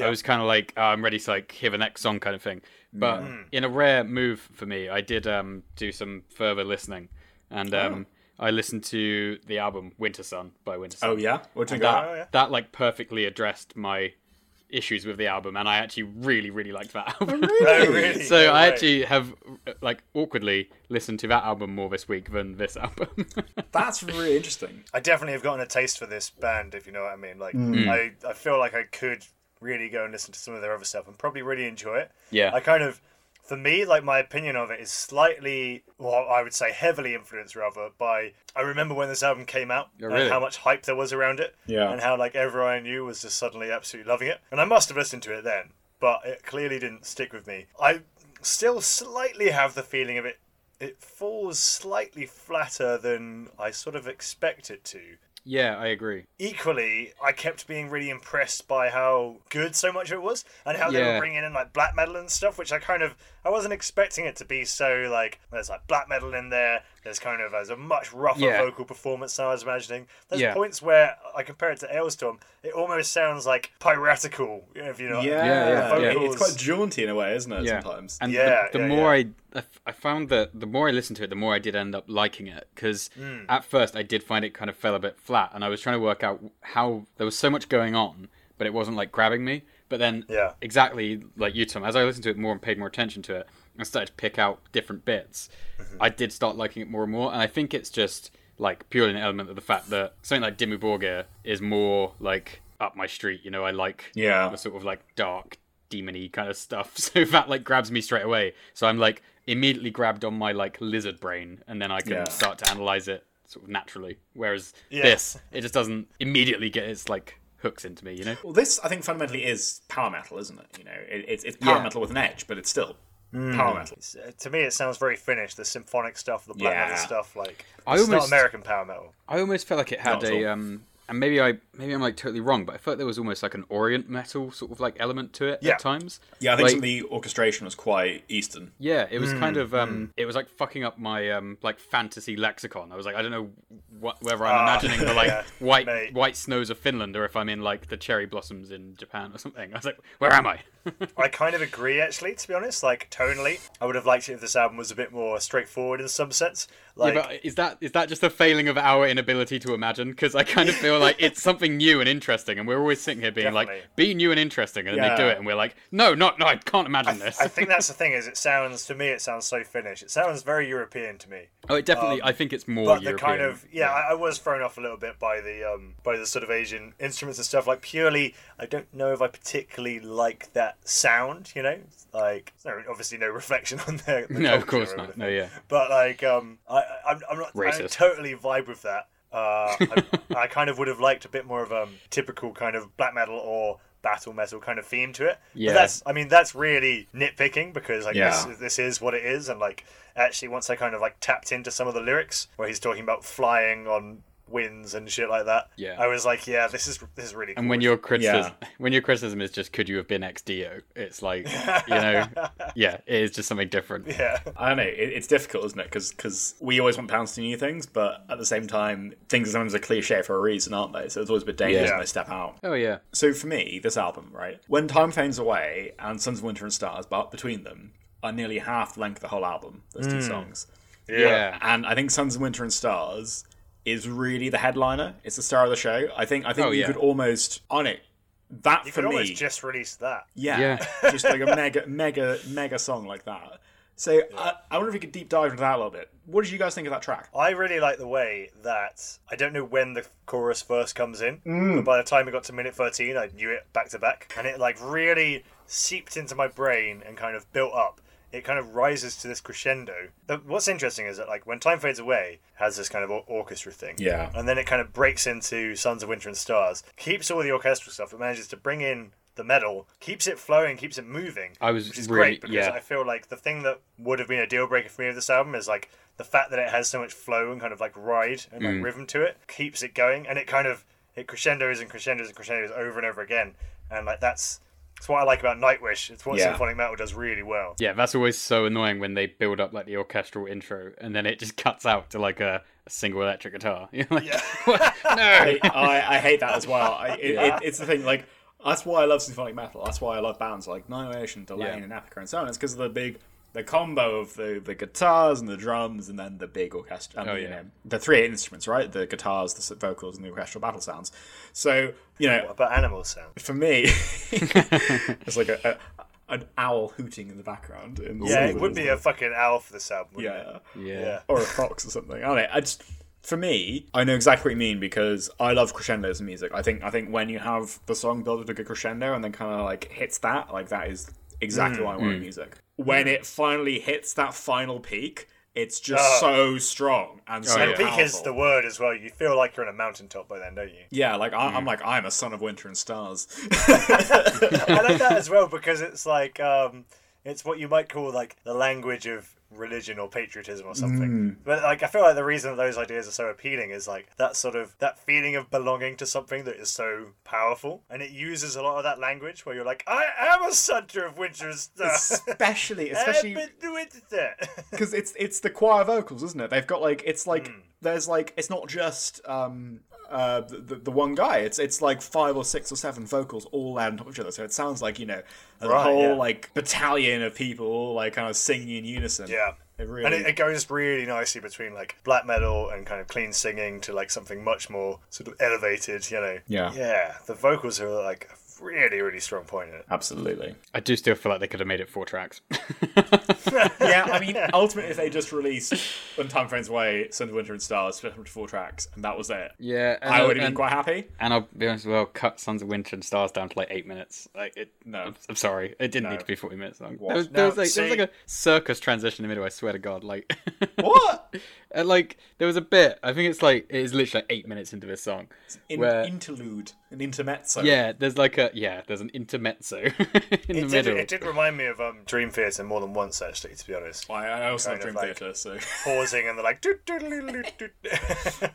[SPEAKER 6] I was kind of like, oh, I'm ready to like hear the next song kind of thing. But
[SPEAKER 8] Mm.
[SPEAKER 6] in a rare move for me, I did um, do some further listening, and
[SPEAKER 8] Oh.
[SPEAKER 6] um, I listened to the album Winter Sun by Winter Sun.
[SPEAKER 8] Oh yeah. What do you
[SPEAKER 6] And
[SPEAKER 8] think of
[SPEAKER 6] that
[SPEAKER 7] yeah.
[SPEAKER 6] that like perfectly addressed my issues with the album, and I actually really really liked that album.
[SPEAKER 7] Oh, really?
[SPEAKER 6] so
[SPEAKER 7] No
[SPEAKER 6] I
[SPEAKER 7] way.
[SPEAKER 6] actually have like awkwardly listened to that album more this week than this album.
[SPEAKER 8] that? That's really interesting.
[SPEAKER 7] I definitely have gotten a taste for this band, if you know what I mean. Like,
[SPEAKER 6] Hmm.
[SPEAKER 7] I, I feel like I could really go and listen to some of their other stuff and probably really enjoy it.
[SPEAKER 6] Yeah.
[SPEAKER 7] I kind of, for me, like, my opinion of it is slightly, well, I would say heavily influenced rather by. I remember when this album came out
[SPEAKER 6] Oh, really?
[SPEAKER 7] and how much hype there was around it.
[SPEAKER 8] Yeah.
[SPEAKER 7] And how, like, everyone I knew was just suddenly absolutely loving it. And I must have listened to it then, but it clearly didn't stick with me. I still slightly have the feeling of it. It falls slightly flatter than I sort of expect it to
[SPEAKER 6] yeah, I agree.
[SPEAKER 7] equally, I kept being really impressed by how good so much of it was, and how they
[SPEAKER 6] Yeah.
[SPEAKER 7] were bringing in like black metal and stuff, which I kind of I wasn't expecting it to be so like there's like black metal in there. There's kind of there's a much rougher
[SPEAKER 6] Yeah.
[SPEAKER 7] vocal performance than I was imagining. There's
[SPEAKER 6] Yeah.
[SPEAKER 7] points where I compare it to Ailstorm, it almost sounds like piratical, if you know. what I mean.
[SPEAKER 6] Yeah, yeah.
[SPEAKER 8] It's quite jaunty in a way, isn't it?
[SPEAKER 6] yeah.
[SPEAKER 8] Sometimes.
[SPEAKER 6] And the-
[SPEAKER 7] Yeah,
[SPEAKER 6] the,
[SPEAKER 7] yeah,
[SPEAKER 6] more
[SPEAKER 7] yeah.
[SPEAKER 6] I- I, f- I found that the more I listened to it, the more I did end up liking it. Because
[SPEAKER 7] Hmm.
[SPEAKER 6] at first I did find it kind of fell a bit flat, and I was trying to work out how there was so much going on, but it wasn't like grabbing me. But then,
[SPEAKER 7] Yeah.
[SPEAKER 6] exactly like you, Tom, as I listened to it more and paid more attention to it, and started to pick out different bits,
[SPEAKER 7] Mm-hmm.
[SPEAKER 6] I did start liking it more and more. And I think it's just like purely an element of the fact that something like Dimmu Borgir is more like up my street. You know, I like
[SPEAKER 8] Yeah.
[SPEAKER 6] the sort of like dark demony kind of stuff so that like grabs me straight away so i'm like immediately grabbed on my like lizard brain and then i can
[SPEAKER 8] Yeah.
[SPEAKER 6] start to analyze it sort of naturally whereas
[SPEAKER 7] Yeah.
[SPEAKER 6] this it just doesn't immediately get its like hooks into me you know
[SPEAKER 8] Well, this I think fundamentally is power metal, isn't it? You know, it, it's, it's power
[SPEAKER 6] Yeah.
[SPEAKER 8] metal with an edge, but it's still power metal.
[SPEAKER 7] It's- uh, To me, it sounds very finished. The symphonic stuff, the black
[SPEAKER 8] Yeah.
[SPEAKER 7] metal stuff, like
[SPEAKER 6] I
[SPEAKER 7] it's
[SPEAKER 6] almost-
[SPEAKER 7] not American power metal.
[SPEAKER 6] i almost felt like it had
[SPEAKER 8] Not at
[SPEAKER 6] a
[SPEAKER 8] all.
[SPEAKER 6] um and maybe i maybe i'm like totally wrong but i felt there was almost like an orient metal sort of like element to it
[SPEAKER 7] Yeah.
[SPEAKER 6] at times
[SPEAKER 8] Yeah, I think
[SPEAKER 6] Like-
[SPEAKER 8] some of the orchestration was quite Eastern.
[SPEAKER 6] Yeah, it was kind
[SPEAKER 7] Mm,
[SPEAKER 6] of um, it was like fucking up my um, like fantasy lexicon. I was like, I don't know what, whether I'm
[SPEAKER 7] Ah,
[SPEAKER 6] imagining the like
[SPEAKER 7] yeah,
[SPEAKER 6] white
[SPEAKER 7] mate.
[SPEAKER 6] white snows of Finland or if I'm in like the cherry blossoms in Japan or something. I was like, where am I?
[SPEAKER 7] I kind of agree, actually, to be honest. Like, tonally, I would have liked it if this album was a bit more straightforward in some sense. Like,
[SPEAKER 6] yeah, but is that is that just a failing of our inability to imagine? Because I kind of feel like it's something new and interesting, and we're always sitting here being like,
[SPEAKER 7] Definitely.
[SPEAKER 6] be new and interesting, and then they do
[SPEAKER 8] Yeah.
[SPEAKER 6] it, and we're like, no, not no, I can't imagine this.
[SPEAKER 7] I think that's the thing is it sounds to me it sounds so Finnish. It sounds very European to me.
[SPEAKER 6] oh, it definitely. I think it's more.
[SPEAKER 7] um, But the
[SPEAKER 6] European.
[SPEAKER 7] kind of yeah, I, I was thrown off a little bit by the um by the sort of Asian instruments and stuff. Like purely, I don't know if I particularly like that sound. You know, like there's no, obviously no reflection on their the
[SPEAKER 6] no, of
[SPEAKER 7] culture
[SPEAKER 6] course
[SPEAKER 7] or
[SPEAKER 6] not.
[SPEAKER 7] anything.
[SPEAKER 6] No, yeah.
[SPEAKER 7] But like, um, I, I I'm, I'm not I don't
[SPEAKER 6] Racist.
[SPEAKER 7] totally vibe with that. Uh, I, I kind of would have liked a bit more of a typical kind of black metal or battle metal kind of theme to it.
[SPEAKER 6] Yeah.
[SPEAKER 7] But that's, I mean, that's really nitpicking because like
[SPEAKER 8] Yeah.
[SPEAKER 7] this, this is what it is, and like actually, once I kind of like tapped into some of the lyrics where he's talking about flying on winds and shit like that,
[SPEAKER 6] Yeah.
[SPEAKER 7] I was like, yeah, this is this is really.
[SPEAKER 6] And
[SPEAKER 7] cool.
[SPEAKER 6] when your criticism
[SPEAKER 8] Yeah.
[SPEAKER 6] when your criticism is just could you have been ex Dio, it's like you know, yeah, it is just something different.
[SPEAKER 7] yeah,
[SPEAKER 8] I don't know. It, it's difficult, isn't it? Because we always want pounds to do new things, but at the same time, things sometimes are cliche for a reason, aren't they? So it's always a bit dangerous
[SPEAKER 7] Yeah.
[SPEAKER 8] when they step out.
[SPEAKER 6] Oh yeah,
[SPEAKER 8] So for me, this album, right? When Time Fanes Away and Sons of Winter and Stars, but between them, are nearly half the length of the whole album, those two songs.
[SPEAKER 7] Yeah.
[SPEAKER 6] Yeah.
[SPEAKER 8] and I think Suns and Winter and Stars is really the headliner. It's the star of the show. I think I think
[SPEAKER 6] Oh,
[SPEAKER 8] you
[SPEAKER 6] yeah.
[SPEAKER 8] could almost on it. That
[SPEAKER 7] You
[SPEAKER 8] for
[SPEAKER 7] could
[SPEAKER 8] me,
[SPEAKER 7] always just release that.
[SPEAKER 8] yeah,
[SPEAKER 6] Yeah.
[SPEAKER 8] just like a mega, mega, mega song like that. So I, I wonder if we could deep dive into that a little bit. What did you guys think of that track?
[SPEAKER 7] I really like the way that I don't know when the chorus first comes in,
[SPEAKER 6] Mm.
[SPEAKER 7] but by the time it got to minute 13, I knew it back to back, and it like really seeped into my brain and kind of built up. It kind of rises to this crescendo. But what's interesting is that like when time fades away it has this kind of or- orchestra thing,
[SPEAKER 8] Yeah.
[SPEAKER 7] and then it kind of breaks into Sons of Winter and Stars, keeps all the orchestral stuff, but manages to bring in the metal, keeps it flowing, keeps it moving.
[SPEAKER 6] I was
[SPEAKER 7] which is
[SPEAKER 6] really-
[SPEAKER 7] great because
[SPEAKER 6] yeah.
[SPEAKER 7] I feel like the thing that would have been a deal breaker for me of this album is like the fact that it has so much flow and kind of like ride and like rhythm to it keeps it going, and it kind of it crescendos and crescendos and crescendos over and over again, and like that's that's what I like about Nightwish. It's what
[SPEAKER 8] Yeah.
[SPEAKER 7] symphonic metal does really well.
[SPEAKER 6] Yeah, that's always so annoying when they build up like the orchestral intro and then it just cuts out to like a, a single electric guitar. You're like, "What? no.
[SPEAKER 8] I, I, I hate that as well. I, it, it, it's the thing, like, that's why I love symphonic metal. That's why I love bands like Nightwish and Delane
[SPEAKER 6] Yeah.
[SPEAKER 8] and Apica and so on. It's because of the big, the combo of the, the guitars and the drums and then the big orchestra. I mean,
[SPEAKER 6] yeah.
[SPEAKER 8] you know, the three instruments, right? The guitars, the s- vocals, and the orchestral battle sounds. So, you know,
[SPEAKER 7] But animal sound.
[SPEAKER 8] for me, it's like a, a, an owl hooting in the background. In the
[SPEAKER 7] Yeah, it
[SPEAKER 8] score,
[SPEAKER 7] would
[SPEAKER 8] isn't
[SPEAKER 7] be a fucking owl for this album. Wouldn't
[SPEAKER 8] Yeah
[SPEAKER 6] Yeah.
[SPEAKER 7] It? Yeah.
[SPEAKER 8] or a fox or something. I don't know. I just, for me, I know exactly what you mean because I love crescendos in music. I think I think when you have the song build up to a good crescendo and then kind of like hits that, like that is exactly why I want in music. When it finally hits that final peak, it's just
[SPEAKER 7] Oh.
[SPEAKER 8] so strong and so
[SPEAKER 6] yeah.
[SPEAKER 7] And peak is
[SPEAKER 8] powerful.
[SPEAKER 7] the word as well. You feel like you're on a mountaintop by then, don't you?
[SPEAKER 8] Yeah, like I, I'm like I'm a son of winter and stars.
[SPEAKER 7] I like that as well because it's like um, it's what you might call like the language of religion or patriotism or something.
[SPEAKER 8] Mm.
[SPEAKER 7] But like I feel like the reason that those ideas are so appealing is like that sort of that feeling of belonging to something that is so powerful, and it uses a lot of that language where you're like, I am a center of winter and stars.
[SPEAKER 8] especially,
[SPEAKER 7] I've
[SPEAKER 8] especially
[SPEAKER 7] been doing that.
[SPEAKER 8] because it's it's the choir vocals, isn't it? They've got like it's like
[SPEAKER 7] Hmm.
[SPEAKER 8] there's like it's not just um uh the, the- the one guy. It's it's like five or six or seven vocals all laid on top of each other. So it sounds like you know a
[SPEAKER 7] Right,
[SPEAKER 8] whole
[SPEAKER 7] yeah.
[SPEAKER 8] like battalion of people all like kind of singing in unison.
[SPEAKER 7] Yeah.
[SPEAKER 8] it really.
[SPEAKER 7] And it, it goes really nicely between like black metal and kind of clean singing to like something much more sort of elevated, you know.
[SPEAKER 8] Yeah.
[SPEAKER 7] Yeah. The vocals are like a really, really strong point in it.
[SPEAKER 8] Absolutely.
[SPEAKER 6] I do still feel like they could have made it four tracks.
[SPEAKER 8] yeah, I mean, ultimately, if they just released "When Time Fades Away," "Sun of Winter and Stars," split up to four tracks, and that was it,
[SPEAKER 6] yeah. And,
[SPEAKER 8] I would have been
[SPEAKER 6] and,
[SPEAKER 8] quite happy.
[SPEAKER 6] and I'll be honest as well, cut Sons of Winter and Stars down to like eight minutes. Like it
[SPEAKER 8] No.
[SPEAKER 6] I'm, I'm sorry. It didn't need to be forty minutes long. There was, there
[SPEAKER 7] No,
[SPEAKER 6] was, like, there was
[SPEAKER 7] see-
[SPEAKER 6] like a circus transition in the middle, I swear to god. Like
[SPEAKER 8] What?
[SPEAKER 6] And like there was a bit. I think it's like it is literally like eight minutes into this song.
[SPEAKER 8] An
[SPEAKER 6] where,
[SPEAKER 8] interlude, an intermezzo.
[SPEAKER 6] yeah, there's like a yeah, there's an intermezzo in the
[SPEAKER 7] It did,
[SPEAKER 6] middle.
[SPEAKER 7] it did remind me of um, Dream Theater more than once, actually, to be honest.
[SPEAKER 8] I, I also
[SPEAKER 7] Kind
[SPEAKER 8] love
[SPEAKER 7] of
[SPEAKER 8] Dream
[SPEAKER 7] like-
[SPEAKER 8] Theater, so
[SPEAKER 7] Pausing and they're like, "Doot, doot, doot, doot, doot, doot."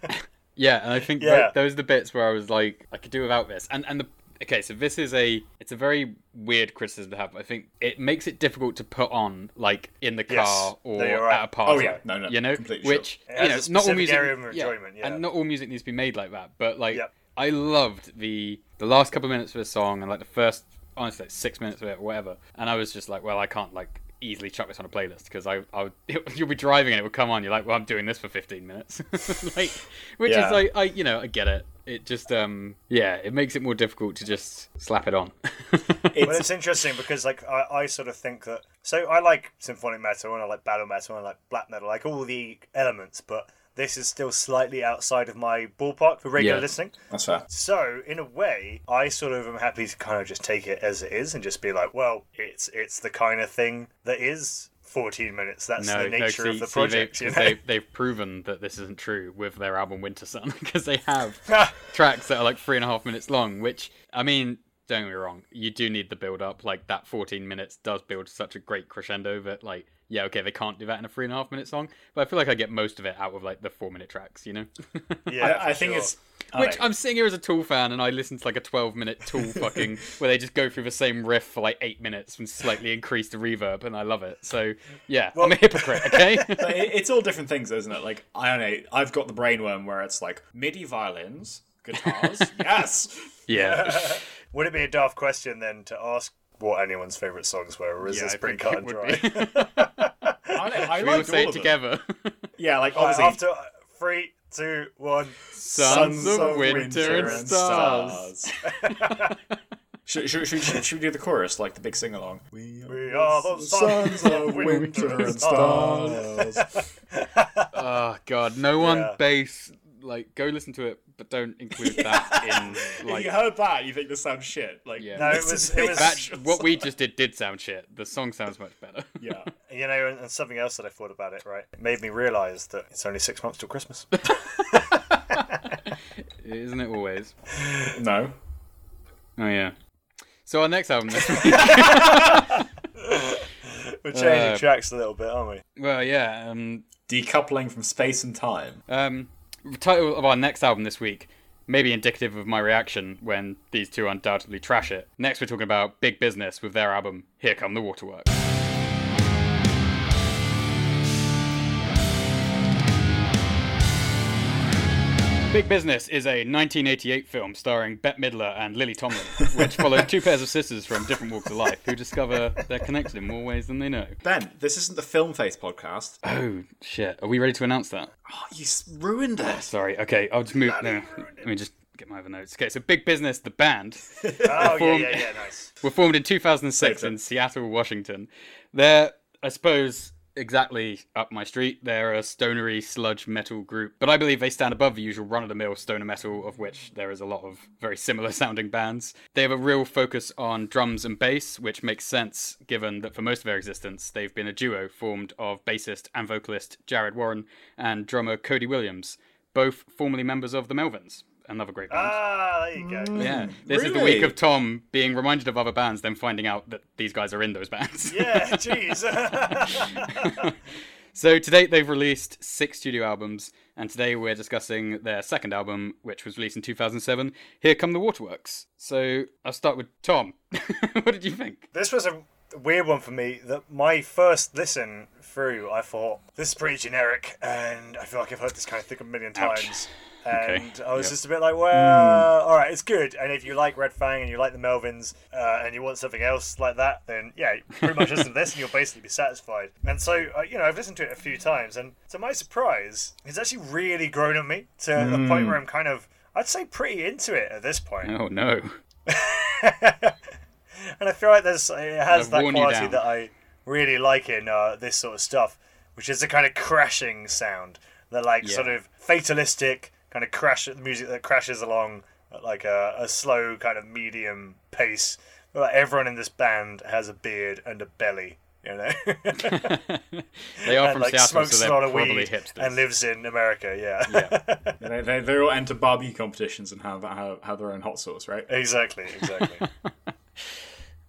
[SPEAKER 6] Yeah, and I think tho-
[SPEAKER 7] Yeah.
[SPEAKER 6] those are the bits where I was like, I could do without this. And and the okay, so this is a it's a very weird criticism to have. But I think it makes it difficult to put on like in the car
[SPEAKER 7] Yes.
[SPEAKER 6] or
[SPEAKER 7] No, you're right.
[SPEAKER 6] at a party.
[SPEAKER 8] Oh, yeah. No, no,
[SPEAKER 6] you know,
[SPEAKER 8] completely
[SPEAKER 6] which
[SPEAKER 7] It
[SPEAKER 6] you know,
[SPEAKER 7] has a
[SPEAKER 6] not all
[SPEAKER 7] specific
[SPEAKER 6] music,
[SPEAKER 7] area of enjoyment, yeah.
[SPEAKER 6] and not all music needs to be made like that. But like,
[SPEAKER 7] Yep.
[SPEAKER 6] I loved the the last couple of minutes of the song and like the first honestly like six minutes of it or whatever. And I was just like, well, I can't like easily chuck this on a playlist because I, I would, you'll be driving and it will come on. You're like, well, I'm doing this for 15 minutes, like, which
[SPEAKER 8] Yeah.
[SPEAKER 6] is like, I you know, I get it. It just um yeah, it makes it more difficult to just slap it on.
[SPEAKER 7] Well, it's interesting because like I, I sort of think that so I like symphonic metal and I like battle metal and I like black metal, I like all the elements, but this is still slightly outside of my ballpark for regular
[SPEAKER 6] Yeah.
[SPEAKER 7] listening.
[SPEAKER 8] that's fair.
[SPEAKER 7] So in a way, I sort of am happy to kind of just take it as it is and just be like, well, it's it's the kind of thing that is 14 minutes. That's
[SPEAKER 6] no,
[SPEAKER 7] the
[SPEAKER 6] no,
[SPEAKER 7] nature
[SPEAKER 6] see,
[SPEAKER 7] of the
[SPEAKER 6] see,
[SPEAKER 7] project.
[SPEAKER 6] they,
[SPEAKER 7] you
[SPEAKER 6] 'cause
[SPEAKER 7] know?
[SPEAKER 6] they, they've proven that this isn't true with their album Winter Sun because they have tracks that are like three and a half minutes long. Which I mean, don't get me wrong, you do need the build up. Like that 14 minutes does build such a great crescendo that like. Yeah, okay, they can't do that in a three and a half minute song, but I feel like I get most of it out of like the four minute tracks, you know?
[SPEAKER 7] yeah,
[SPEAKER 8] I, I
[SPEAKER 7] for
[SPEAKER 8] think
[SPEAKER 7] sure.
[SPEAKER 8] it's
[SPEAKER 6] Which I'm sitting here as a Tool fan, and I listen to like a 12 minute Tool fucking where they just go through the same riff for like eight minutes and slightly increase the reverb, and I love it. So yeah, I'm a hypocrite. Okay.
[SPEAKER 8] But it- it's all different things, isn't it? Like I don't know. I've got the brainworm where it's like MIDI violins, guitars. yes.
[SPEAKER 6] yeah.
[SPEAKER 7] Would it be a daft question then to ask what anyone's favourite songs were, or is
[SPEAKER 6] Yeah,
[SPEAKER 7] this
[SPEAKER 6] I
[SPEAKER 7] pretty
[SPEAKER 6] think
[SPEAKER 7] cut
[SPEAKER 6] it
[SPEAKER 7] and
[SPEAKER 6] would
[SPEAKER 7] dry?
[SPEAKER 8] I, don't know, I
[SPEAKER 6] we will
[SPEAKER 8] liked
[SPEAKER 6] say
[SPEAKER 8] all of them.
[SPEAKER 6] it together.
[SPEAKER 8] Yeah, like
[SPEAKER 7] Right,
[SPEAKER 8] obviously
[SPEAKER 7] after uh, three, two, one.
[SPEAKER 6] Sons, of, Winter, and Stars.
[SPEAKER 8] should, should, should, should, should we do the chorus, like the big sing along? We
[SPEAKER 7] We are the sons of winter and
[SPEAKER 8] stars.
[SPEAKER 6] Oh god, no one
[SPEAKER 7] Yeah.
[SPEAKER 6] bass. Like, go listen to it, but don't include that in
[SPEAKER 8] if
[SPEAKER 6] like
[SPEAKER 8] you heard that, you think this sounds shit. Like,
[SPEAKER 6] Yeah.
[SPEAKER 7] No, it
[SPEAKER 8] this
[SPEAKER 7] was-
[SPEAKER 8] is
[SPEAKER 7] it was-
[SPEAKER 6] that.
[SPEAKER 8] actual
[SPEAKER 6] What we
[SPEAKER 8] song.
[SPEAKER 6] just did did sound shit. The song sounds much better.
[SPEAKER 8] Yeah.
[SPEAKER 7] You know, and, and something else that I thought about it, right? It made me realise that it's only six months till Christmas.
[SPEAKER 6] Isn't it always?
[SPEAKER 8] No.
[SPEAKER 6] Oh yeah. So our next album. This week,
[SPEAKER 7] We're changing
[SPEAKER 6] Uh,
[SPEAKER 7] tracks a little bit, aren't
[SPEAKER 6] well, yeah. Um,
[SPEAKER 8] Decoupling from space and time.
[SPEAKER 6] um, title of our next album this week may be indicative of my reaction when these two undoubtedly trash it. Next, we're talking about Big Business with their album "Here Come the Waterworks." Big Business is a 1988 film starring Bette Midler and Lily Tomlin, which followed two pairs of sisters from different walks of life who discover they're connected in more ways than they know.
[SPEAKER 8] Ben, this isn't the Film Face podcast.
[SPEAKER 6] Oh, shit. Are we ready to announce that?
[SPEAKER 8] Oh, you s- ruined it.
[SPEAKER 6] Ah, Sorry. Okay, I'll just move. No, let me just get my other notes. Okay, so Big Business, the band,
[SPEAKER 7] we? Oh, yeah, yeah, yeah, nice.
[SPEAKER 6] were formed in 2006
[SPEAKER 8] Saved it.
[SPEAKER 6] in Seattle, Washington. They're, I suppose, exactly up my street. They're a stonery sludge metal group, but I believe they stand above the usual run of the mill stoner metal, of which there is a lot of very similar sounding bands. They have a real focus on drums and bass, which makes sense given that for most of their existence, they've been a duo formed of bassist and vocalist Jared Warren and drummer Cody Williams, both formerly members of the Melvins. Another great band.
[SPEAKER 7] Ah, there you go.
[SPEAKER 6] Yeah, this is the
[SPEAKER 8] Really?
[SPEAKER 6] week of Tom being reminded of other bands, then finding out that these guys are in those bands.
[SPEAKER 7] Yeah, jeez.
[SPEAKER 6] so to date, they've released six studio albums, and today we're discussing their second album, which was released in 2007. Here come the Waterworks. So I'll start with Tom. what did you think?
[SPEAKER 7] this was a weird one for me that my first listen through, I thought, this is pretty generic, and I feel like I've heard this kind of thing a million
[SPEAKER 6] Ouch.
[SPEAKER 7] times.
[SPEAKER 6] Okay, Hmm.
[SPEAKER 7] And I was
[SPEAKER 6] yep.
[SPEAKER 7] just a bit like, well, all right, it's good. And if you like Red Fang and you like the Melvins uh, and you want something else like that, then yeah, you pretty much listen to this and you'll basically be satisfied. And so, uh, you know, I've listened to it a few times, and to my surprise, it's actually really grown on me to the
[SPEAKER 6] Hmm.
[SPEAKER 7] point where I'm kind of, I'd say, pretty into it at this point
[SPEAKER 6] Oh no.
[SPEAKER 7] and I feel like there's it has
[SPEAKER 6] I've
[SPEAKER 7] that
[SPEAKER 6] worn you
[SPEAKER 7] quality
[SPEAKER 6] down.
[SPEAKER 7] that I really like in uh, this sort of stuff, which is the kind of crashing sound, the like
[SPEAKER 6] Yeah.
[SPEAKER 7] sort of fatalistic kind of crash music that crashes along at like a, a slow kind of medium pace. But like, everyone in this band has a beard and a belly, you know,
[SPEAKER 6] They are
[SPEAKER 7] and
[SPEAKER 6] from
[SPEAKER 7] like
[SPEAKER 6] Seattle,
[SPEAKER 7] smokes
[SPEAKER 6] so
[SPEAKER 7] a
[SPEAKER 6] they're
[SPEAKER 7] lot of
[SPEAKER 6] probably
[SPEAKER 7] weed
[SPEAKER 6] hipsters.
[SPEAKER 7] and lives in America. Yeah,
[SPEAKER 8] They, they, they all enter barbecue competitions and have, have, have their own hot sauce, right?
[SPEAKER 7] exactly, exactly.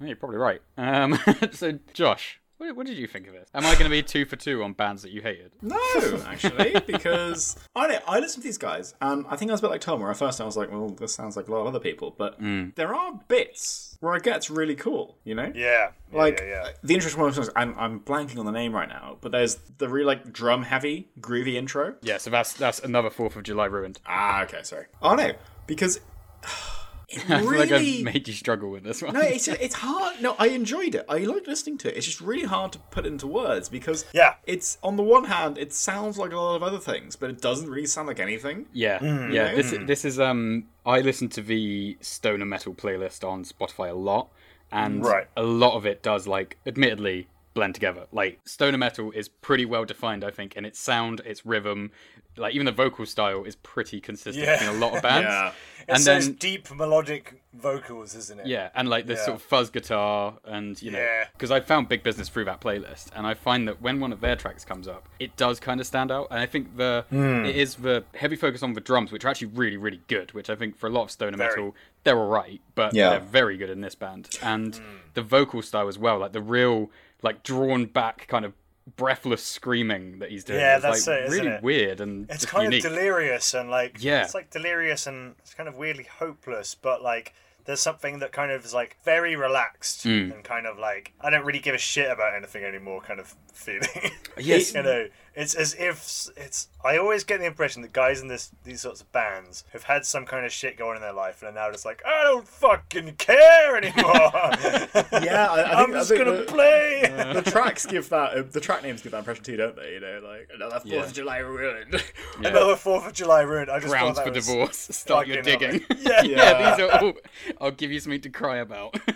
[SPEAKER 6] Yeah, You're probably right. Um, so Josh, what, what did you think of this? Am I going to be two for two on bands that you hated?
[SPEAKER 8] No, actually, because I don't- I listened to these guys, and I think I was a bit like Tom, where at first I was like, well, this sounds like a lot of other people, but there are bits where it gets really cool, you know?
[SPEAKER 7] yeah, yeah,
[SPEAKER 8] Like
[SPEAKER 7] yeah, yeah.
[SPEAKER 8] the interesting one of the songs, I'm, I'm blanking on the name right now, but there's the really like drum heavy groovy intro.
[SPEAKER 6] Yeah, so that's that's another Fourth of July ruined.
[SPEAKER 8] Ah, okay, sorry. Oh no, because it
[SPEAKER 6] I feel like
[SPEAKER 8] really
[SPEAKER 6] I've made you struggle with this one.
[SPEAKER 8] no, it's it's hard. No, I enjoyed it. I liked listening to it. It's just really hard to put into words because
[SPEAKER 7] Yeah.
[SPEAKER 8] it's on the one hand, it sounds like a lot of other things, but it doesn't really sound like anything.
[SPEAKER 6] Yeah,
[SPEAKER 7] Mm.
[SPEAKER 6] yeah. This this is um. I listen to the stoner metal playlist on Spotify a lot, and
[SPEAKER 7] Right.
[SPEAKER 6] a lot of it does like, admittedly, blend together. Like stoner metal is pretty well defined, I think, in its sound, its rhythm, like even the vocal style is pretty consistent
[SPEAKER 7] Yeah.
[SPEAKER 6] in a lot of bands.
[SPEAKER 8] Yeah.
[SPEAKER 6] And
[SPEAKER 7] It's
[SPEAKER 6] then
[SPEAKER 7] those deep melodic vocals, isn't it?
[SPEAKER 6] yeah, and like this
[SPEAKER 7] Yeah.
[SPEAKER 6] sort of fuzz guitar, and you know,
[SPEAKER 7] Yeah.
[SPEAKER 6] because I found Big Business through that playlist, and I find that when one of their tracks comes up, it does kind of stand out. And I think the
[SPEAKER 7] Hmm.
[SPEAKER 6] it is the heavy focus on the drums, which are actually really, really good. Which I think for a lot of stoner
[SPEAKER 7] Very.
[SPEAKER 6] metal, they're all right, but
[SPEAKER 8] Yeah.
[SPEAKER 6] they're very good in this band. And
[SPEAKER 7] Hmm.
[SPEAKER 6] the vocal style as well, like the real, like drawn back kind of breathless screaming that he's doing.
[SPEAKER 7] Yeah,
[SPEAKER 6] is,
[SPEAKER 7] that's
[SPEAKER 6] like,
[SPEAKER 7] it, isn't
[SPEAKER 6] really
[SPEAKER 7] it?
[SPEAKER 6] weird and
[SPEAKER 7] it's
[SPEAKER 6] just
[SPEAKER 7] kind
[SPEAKER 6] unique.
[SPEAKER 7] of delirious and like
[SPEAKER 6] Yeah.
[SPEAKER 7] it's like delirious and it's kind of weirdly hopeless but like there's something that kind of is like very relaxed and kind of like I don't really give a shit about anything anymore kind of feeling.
[SPEAKER 6] Yes.
[SPEAKER 7] you know, it's as if s- it's. I always get the impression that guys in this these sorts of bands have had some kind of shit going in their life and are now just like I don't fucking care anymore.
[SPEAKER 8] Yeah, I, I think,
[SPEAKER 7] I'm
[SPEAKER 8] I
[SPEAKER 7] just
[SPEAKER 8] think
[SPEAKER 7] gonna
[SPEAKER 8] the,
[SPEAKER 7] play.
[SPEAKER 8] the tracks give that uh, the track names give that impression too, don't they? You know, like another Fourth
[SPEAKER 6] Yeah.
[SPEAKER 8] of July ruined.
[SPEAKER 6] Yeah.
[SPEAKER 7] Another Fourth of July ruined. I just thought
[SPEAKER 6] Grounds
[SPEAKER 7] that
[SPEAKER 6] for
[SPEAKER 7] was-
[SPEAKER 6] divorce. Start your
[SPEAKER 7] fucking
[SPEAKER 6] digging.
[SPEAKER 7] lovely. Yeah.
[SPEAKER 6] yeah, these are all. I'll give you something to cry about.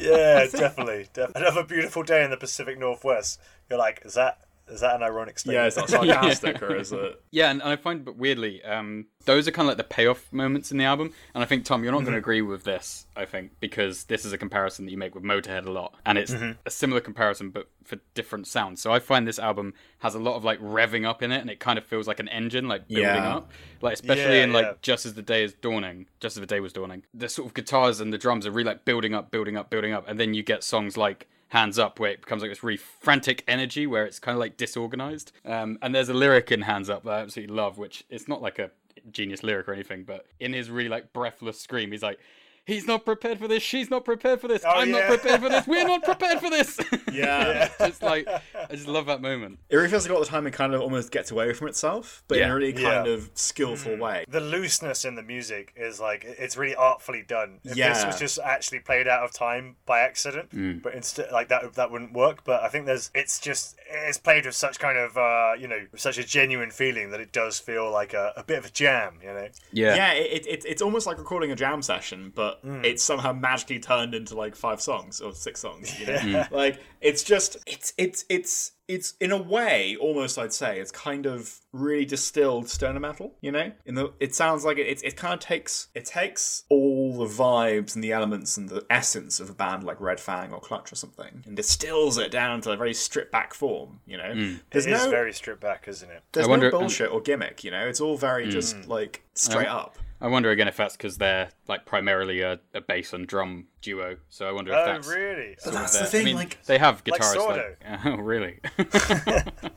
[SPEAKER 7] Yeah, definitely. Def- Another beautiful day in the Pacific Northwest. You're like, is that is that an ironic
[SPEAKER 8] yeah,
[SPEAKER 7] statement?
[SPEAKER 8] is that sarcastic or is it?
[SPEAKER 6] Yeah, and, and I find, but weirdly, um, those are kind of like the payoff moments in the album. And I think, Tom, you're not
[SPEAKER 7] Mm-hmm.
[SPEAKER 6] going to agree with this, I think, because this is a comparison that you make with Motorhead a lot. And it's
[SPEAKER 7] Mm-hmm.
[SPEAKER 6] a similar comparison, but for different sounds. So I find this album has a lot of like revving up in it, and it kind of feels like an engine, like building
[SPEAKER 8] Yeah.
[SPEAKER 6] up. Like, especially
[SPEAKER 7] Yeah,
[SPEAKER 6] in like
[SPEAKER 7] yeah.
[SPEAKER 6] Just as the Day is Dawning, Just as the Day was Dawning, the sort of guitars and the drums are really like building up, building up, building up. And then you get songs like hands up where it becomes like this really frantic energy where it's kind of like disorganized um, and there's a lyric in hands up that i absolutely love which it's not like a genius lyric or anything but in his really like breathless scream he's like he's not prepared for this she's not prepared for this
[SPEAKER 7] Oh,
[SPEAKER 6] i'm
[SPEAKER 7] yeah.
[SPEAKER 6] not prepared for this we're not prepared for this
[SPEAKER 8] Yeah.
[SPEAKER 6] it's like i just love that moment
[SPEAKER 8] It really feels like all the time it kind of almost gets away from itself, but in
[SPEAKER 6] Yeah.
[SPEAKER 8] a really kind
[SPEAKER 7] Yeah.
[SPEAKER 8] of skillful way.
[SPEAKER 7] the looseness in the music is like it- it's really artfully done. If this
[SPEAKER 8] Yeah.
[SPEAKER 7] was just actually played out of time by accident, but instead like that that wouldn't work. But I think there's it's just it's played with such kind of uh, you know such a genuine feeling that it does feel like a, a bit of a jam. You know,
[SPEAKER 6] yeah
[SPEAKER 8] Yeah, it, it, it, it's almost like recording a jam session, but it's somehow magically turned into like five songs or six songs. You know? Like it's just it's it's it's it's in a way almost I'd say it's kind of really distilled stoner metal. You know, in the it sounds like it it, it kind of takes it takes all the vibes and the elements and the essence of a band like Red Fang or Clutch or something and distills it down to a very stripped back form. You know,
[SPEAKER 7] it's
[SPEAKER 8] there's no
[SPEAKER 7] very stripped back, isn't it?
[SPEAKER 8] there's
[SPEAKER 6] Hmm. I wonder- um, Hmm.
[SPEAKER 8] no bullshit or gimmick. You know, it's all very just like straight up.
[SPEAKER 6] i wonder again if that's because they're like primarily a, a bass and drum duo so i wonder if
[SPEAKER 7] Oh
[SPEAKER 6] that's
[SPEAKER 7] really?
[SPEAKER 8] That's the
[SPEAKER 6] their-
[SPEAKER 8] thing,
[SPEAKER 6] I mean,
[SPEAKER 8] like
[SPEAKER 6] they have
[SPEAKER 7] Like
[SPEAKER 6] guitarists.
[SPEAKER 7] Sordo.
[SPEAKER 6] like- oh, really?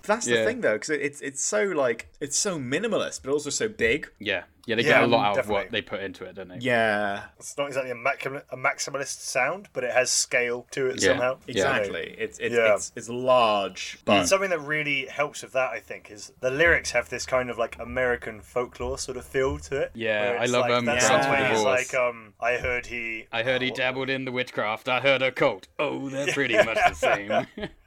[SPEAKER 8] That's
[SPEAKER 6] Yeah.
[SPEAKER 8] the thing though, because it's it's so like it's so minimalist, but also so big.
[SPEAKER 6] yeah, yeah. They
[SPEAKER 7] Yeah,
[SPEAKER 6] get a lot out of what
[SPEAKER 7] definitely.
[SPEAKER 6] they put into it, don't they?
[SPEAKER 8] Yeah,
[SPEAKER 7] It's not exactly a, maxim- a maximalist sound, but it has scale to it
[SPEAKER 6] Yeah.
[SPEAKER 7] somehow.
[SPEAKER 8] exactly. It's it's,
[SPEAKER 7] Yeah.
[SPEAKER 8] it's it's large, but
[SPEAKER 7] Something that really helps with that, I think, is the lyrics have this kind of like American folklore sort of feel to it.
[SPEAKER 6] Yeah,
[SPEAKER 7] where
[SPEAKER 6] I
[SPEAKER 7] it's
[SPEAKER 6] love,
[SPEAKER 7] like,
[SPEAKER 6] um,
[SPEAKER 7] that
[SPEAKER 8] Grounds
[SPEAKER 7] song
[SPEAKER 8] for
[SPEAKER 7] where he's
[SPEAKER 6] Divorce.
[SPEAKER 7] like, um, I heard he. uh,
[SPEAKER 6] I heard he dabbled in the witchcraft. I heard a cult. Oh, they're pretty much the same.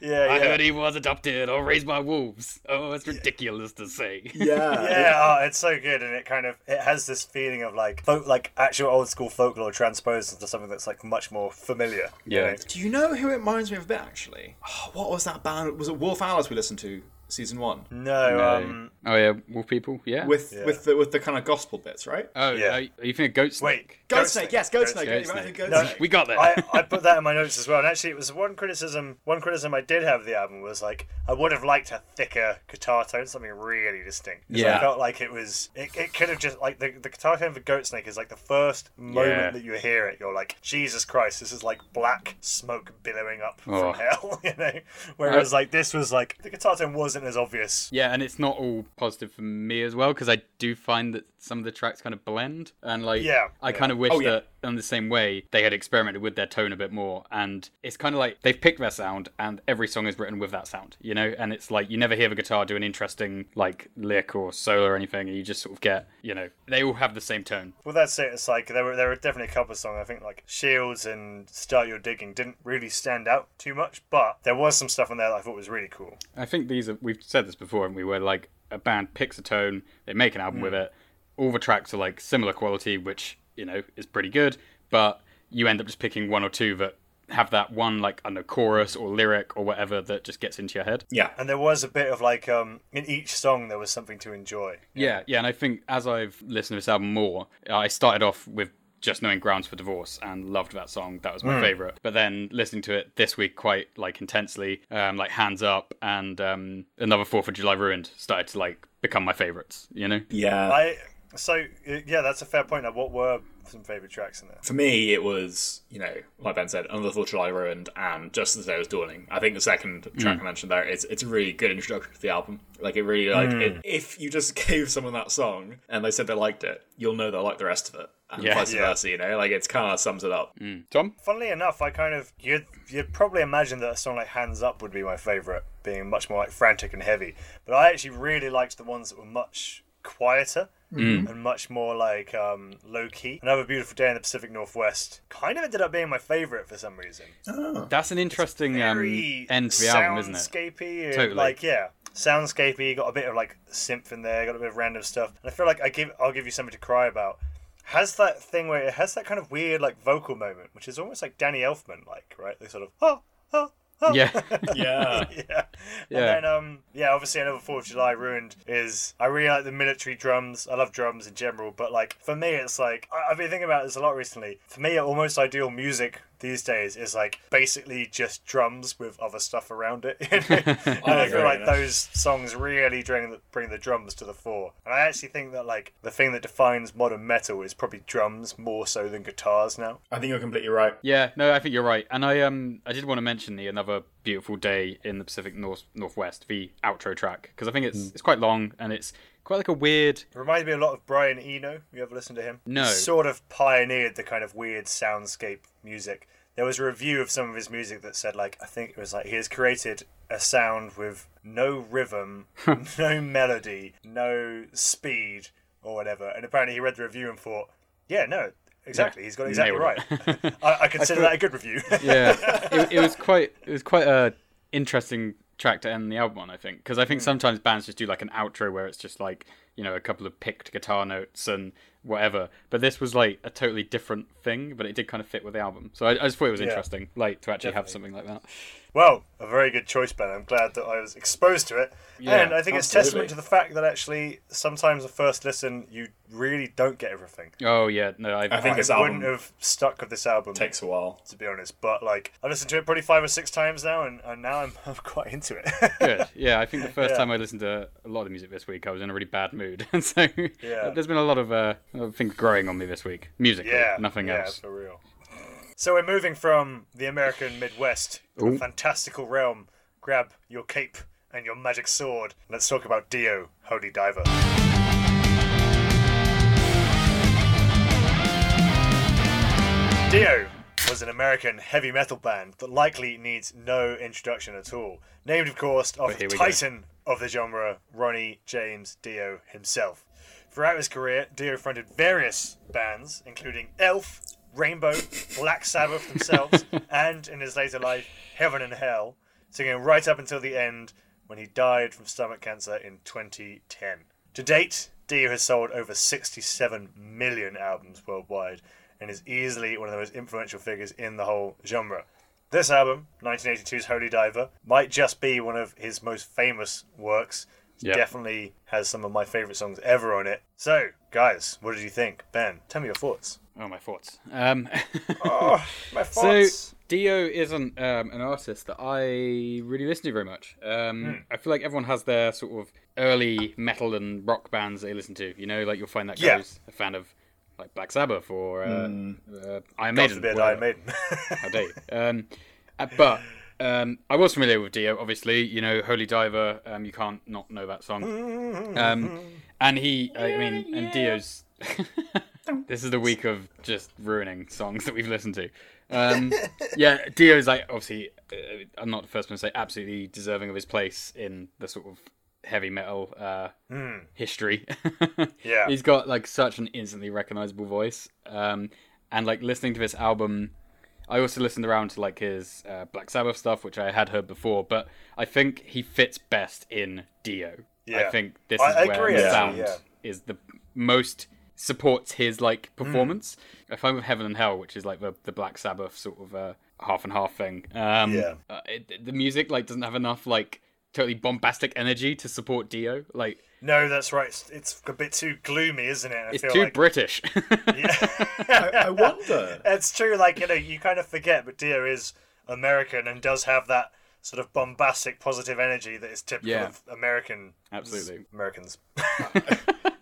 [SPEAKER 7] Yeah,
[SPEAKER 6] I
[SPEAKER 7] yeah.
[SPEAKER 6] heard he was adopted or raised by wolves. Oh, it's ridiculous to say.
[SPEAKER 8] yeah,
[SPEAKER 7] yeah, oh, it's so good, and it kind of it has this feeling of like folk, like actual old school folklore transposed into something that's like much more familiar. you
[SPEAKER 6] Yeah.
[SPEAKER 7] know?
[SPEAKER 8] Do you know who it reminds me of a bit actually? Oh, what was that band? Was it Wolf Alice we listened to season one
[SPEAKER 7] No, um,
[SPEAKER 6] oh yeah, wolf people. Yeah.
[SPEAKER 8] with
[SPEAKER 7] Hmm? Yeah.
[SPEAKER 8] with the with the kind of gospel bits, right?
[SPEAKER 6] oh
[SPEAKER 7] Yeah.
[SPEAKER 6] yeah. you think of goat
[SPEAKER 7] wait,
[SPEAKER 6] snake?
[SPEAKER 8] Goat Snake, yes, Goat Snake.
[SPEAKER 6] Goat
[SPEAKER 8] it reminds me of Goat
[SPEAKER 7] No.
[SPEAKER 8] Snake.
[SPEAKER 6] We got there.
[SPEAKER 7] I, I put that in my notes as well. And actually, it was one criticism. One criticism I did have of the album was like I would have liked a thicker guitar tone, something really distinct. 'Cause I
[SPEAKER 6] Yeah.
[SPEAKER 7] felt like it was. It, it could have just like the, the guitar tone for Goat Snake is like the first moment
[SPEAKER 6] Yeah.
[SPEAKER 7] that you hear it, you're like Jesus Christ, this is like black smoke billowing up
[SPEAKER 6] Oh.
[SPEAKER 7] from hell, you know. Whereas like this was like the guitar tone wasn't as obvious.
[SPEAKER 6] Yeah, and it's not all positive for me as well because I do find that some of the tracks kind of blend, and like,
[SPEAKER 7] Yeah,
[SPEAKER 6] I
[SPEAKER 7] yeah.
[SPEAKER 6] kind of wish
[SPEAKER 8] Oh, yeah.
[SPEAKER 6] that in the same way they had experimented with their tone a bit more. And it's kind of like they've picked their sound, and every song is written with that sound, you know. And it's like you never hear the guitar do an interesting like lick or solo or anything, and you just sort of get, you know, they all have the same tone.
[SPEAKER 7] Well, that's it. It's like there were there were definitely a couple of songs. I think like Shields and Start Your Digging didn't really stand out too much, but there was some stuff on there that I thought was really cool.
[SPEAKER 6] I think these are we've said this before, and we were like a band picks a tone, they make an album with it. All the tracks are like similar quality, which you know is pretty good, but you end up just picking one or two that have that one like I don't know chorus or lyric or whatever that just gets into your head.
[SPEAKER 8] yeah,
[SPEAKER 7] and there was a bit of like um in each song there was something to enjoy
[SPEAKER 6] Yeah, yeah, and I think as I've listened to this album more, I started off with just knowing grounds for divorce and loved that song that was my favorite but then listening to it this week quite like intensely um like hands up and um another fourth of july ruined started to like become my favorites you know
[SPEAKER 8] yeah.
[SPEAKER 7] i so uh, yeah that's a fair point now what were some favorite tracks in there
[SPEAKER 8] For me, it was, you know, like Ben said, Another Thought July Ruined and Just as the Day Was Dawning. I think the second track
[SPEAKER 6] Mm.
[SPEAKER 8] I mentioned there, it's, it's a really good introduction to the album. Like, it
[SPEAKER 6] Mm.
[SPEAKER 8] really, like, it, if you just gave someone that song and they said they liked it, you'll know they'll like the rest of it. and
[SPEAKER 6] Yeah. Mm.
[SPEAKER 8] vice
[SPEAKER 7] Yeah.
[SPEAKER 8] versa. You know, like it's kind of sums it up.
[SPEAKER 6] Tom?
[SPEAKER 7] Funnily enough, I kind of you'd you'd probably imagine that a song like Hands Up would be my favourite, being much more like frantic and heavy. But I actually really liked the ones that were much quieter and much more like um, low key. Another beautiful day in the Pacific Northwest kind of ended up being my favourite for some reason.
[SPEAKER 6] That's an interesting um,
[SPEAKER 7] Very
[SPEAKER 6] end to the album, isn't it?
[SPEAKER 7] soundscapey and,
[SPEAKER 6] Totally.
[SPEAKER 7] like yeah. Soundscapey, got a bit of like synth in there, got a bit of random stuff. And I feel like I give I'll give you something to cry about. Has that thing where it has that kind of weird like vocal moment, which is almost like Danny Elfman like, right? They sort of oh, oh, oh.
[SPEAKER 6] Yeah.
[SPEAKER 8] Yeah,
[SPEAKER 7] yeah.
[SPEAKER 6] Yeah.
[SPEAKER 7] And then, um, yeah, obviously, another Fourth of July ruined is I really like the military drums. I love drums in general, but like for me, it's like I- I've been thinking about this a lot recently. For me, almost ideal music these days is like basically just drums with other stuff around it. and I feel
[SPEAKER 8] agree,
[SPEAKER 7] like
[SPEAKER 8] yeah.
[SPEAKER 7] those songs really bring the, bring the drums to the fore. And I actually think that like the thing that defines modern metal is probably drums more so than guitars now.
[SPEAKER 8] I think you're completely right.
[SPEAKER 6] Yeah, no, I think you're right, and I um I did want to mention the another beautiful day in the Pacific North Northwest, the outro track, because I think it's it's quite long and it's quite like a weird.
[SPEAKER 7] It reminds me a lot of Brian Eno. You ever listen to him?
[SPEAKER 6] No.
[SPEAKER 7] He sort of pioneered the kind of weird soundscape music. There was a review of some of his music that said, like, I think it was like he has created a sound with no rhythm, no melody, no speed, or whatever. And apparently, he read the review and thought, yeah, no, exactly, he's got it exactly
[SPEAKER 6] Nailed
[SPEAKER 7] right.
[SPEAKER 6] it.
[SPEAKER 7] I, I consider that a good review.
[SPEAKER 6] Yeah, it, it was quite it was quite a interesting track to end the album on. I think because I
[SPEAKER 7] Hmm.
[SPEAKER 6] think sometimes bands just do like an outro where it's just like you know a couple of picked guitar notes and whatever, but this was like a totally different thing, but it did kind of fit with the album. So I, I just thought it was interesting, like to actually have something like that.
[SPEAKER 7] Well, a very good choice, Ben. I'm glad that I was exposed to it.
[SPEAKER 6] Yeah,
[SPEAKER 7] and I think it's
[SPEAKER 8] absolutely.
[SPEAKER 7] testament to the fact that actually sometimes at first listen, you really don't get everything.
[SPEAKER 6] Oh yeah, no, I,
[SPEAKER 8] I think
[SPEAKER 7] I
[SPEAKER 8] this album
[SPEAKER 7] wouldn't have stuck with this album,
[SPEAKER 8] takes a while.
[SPEAKER 7] to be honest. But like, I listened to it probably five or six times now, and, and now I'm, I'm quite into it.
[SPEAKER 6] good. Yeah, I think the first
[SPEAKER 7] Yeah.
[SPEAKER 6] time I listened to a lot of music this week, I was in a really bad mood, and so
[SPEAKER 7] Yeah.
[SPEAKER 6] there's been a lot of uh, things growing on me this week, musically,
[SPEAKER 7] yeah,
[SPEAKER 6] nothing
[SPEAKER 7] yeah,
[SPEAKER 6] else.
[SPEAKER 7] for real. So we're moving from the American Midwest to the fantastical realm. Grab your cape and your magic sword. Let's talk about Dio, Holy Diver. Dio was an American heavy metal band that likely needs no introduction at all. Named, of course, after the
[SPEAKER 6] here we go.
[SPEAKER 7] titan of the genre, Ronnie James Dio himself. Throughout his career, Dio fronted various bands, including Elf, Rainbow, Black Sabbath themselves, and in his later life, Heaven and Hell, singing right up until the end when he died from stomach cancer in 2010. To date, Dio has sold over 67 million albums worldwide and is easily one of the most influential figures in the whole genre. This album, 1982's Holy Diver, might just be one of his most famous works.
[SPEAKER 6] Yeah.
[SPEAKER 7] Definitely has some of my favourite songs ever on it. So, guys, what did you think? Ben, tell me your thoughts.
[SPEAKER 6] Oh, my thoughts. Um,
[SPEAKER 7] My
[SPEAKER 6] so Dio isn't um, an artist that I really listen to very much. Um,
[SPEAKER 7] Hmm.
[SPEAKER 6] I feel like everyone has their sort of early metal and rock bands they listen to. You know, like you'll find that
[SPEAKER 7] Yeah. Hmm.
[SPEAKER 6] guy's a fan of like Black Sabbath or uh, uh, Iron Maiden.
[SPEAKER 7] forbid
[SPEAKER 6] whatever.
[SPEAKER 7] Iron Maiden.
[SPEAKER 6] How dare you? Um, uh, but um, I was familiar with Dio, obviously. You know, Holy Diver. Um, you can't not know that song. Um, and he, I mean, and Dio's. this is the week of just ruining songs that we've listened to. Um, yeah, Dio's like obviously. Uh, I'm not the first one to say absolutely deserving of his place in the sort of heavy metal uh, history.
[SPEAKER 7] Yeah.
[SPEAKER 6] he's got like such an instantly recognizable voice. Um, and like listening to this album, I also listened around to like his uh, Black Sabbath stuff, which I had heard before, but I think he fits best in Dio. I
[SPEAKER 7] Yeah.
[SPEAKER 6] think this is
[SPEAKER 7] I- I
[SPEAKER 6] where
[SPEAKER 7] agree,
[SPEAKER 6] the
[SPEAKER 7] actually,
[SPEAKER 6] sound
[SPEAKER 7] yeah. Mm.
[SPEAKER 6] is the most supports his like performance. If I'm with Heaven and Hell, which is like the, the Black Sabbath sort of uh, half and half thing, um,
[SPEAKER 7] Yeah.
[SPEAKER 6] uh, it, the music like doesn't have enough like totally bombastic energy to support Dio. Like
[SPEAKER 7] no, that's right. It's, it's a bit too gloomy, isn't it? I
[SPEAKER 6] it's
[SPEAKER 7] feel
[SPEAKER 6] too
[SPEAKER 7] like-
[SPEAKER 6] British.
[SPEAKER 8] I, I wonder.
[SPEAKER 7] it's true. Like you know, you kind of forget, but Dio is American and does have that sort of bombastic, positive energy that is typical
[SPEAKER 6] Yeah.
[SPEAKER 7] of American
[SPEAKER 6] Absolutely.
[SPEAKER 7] Americans.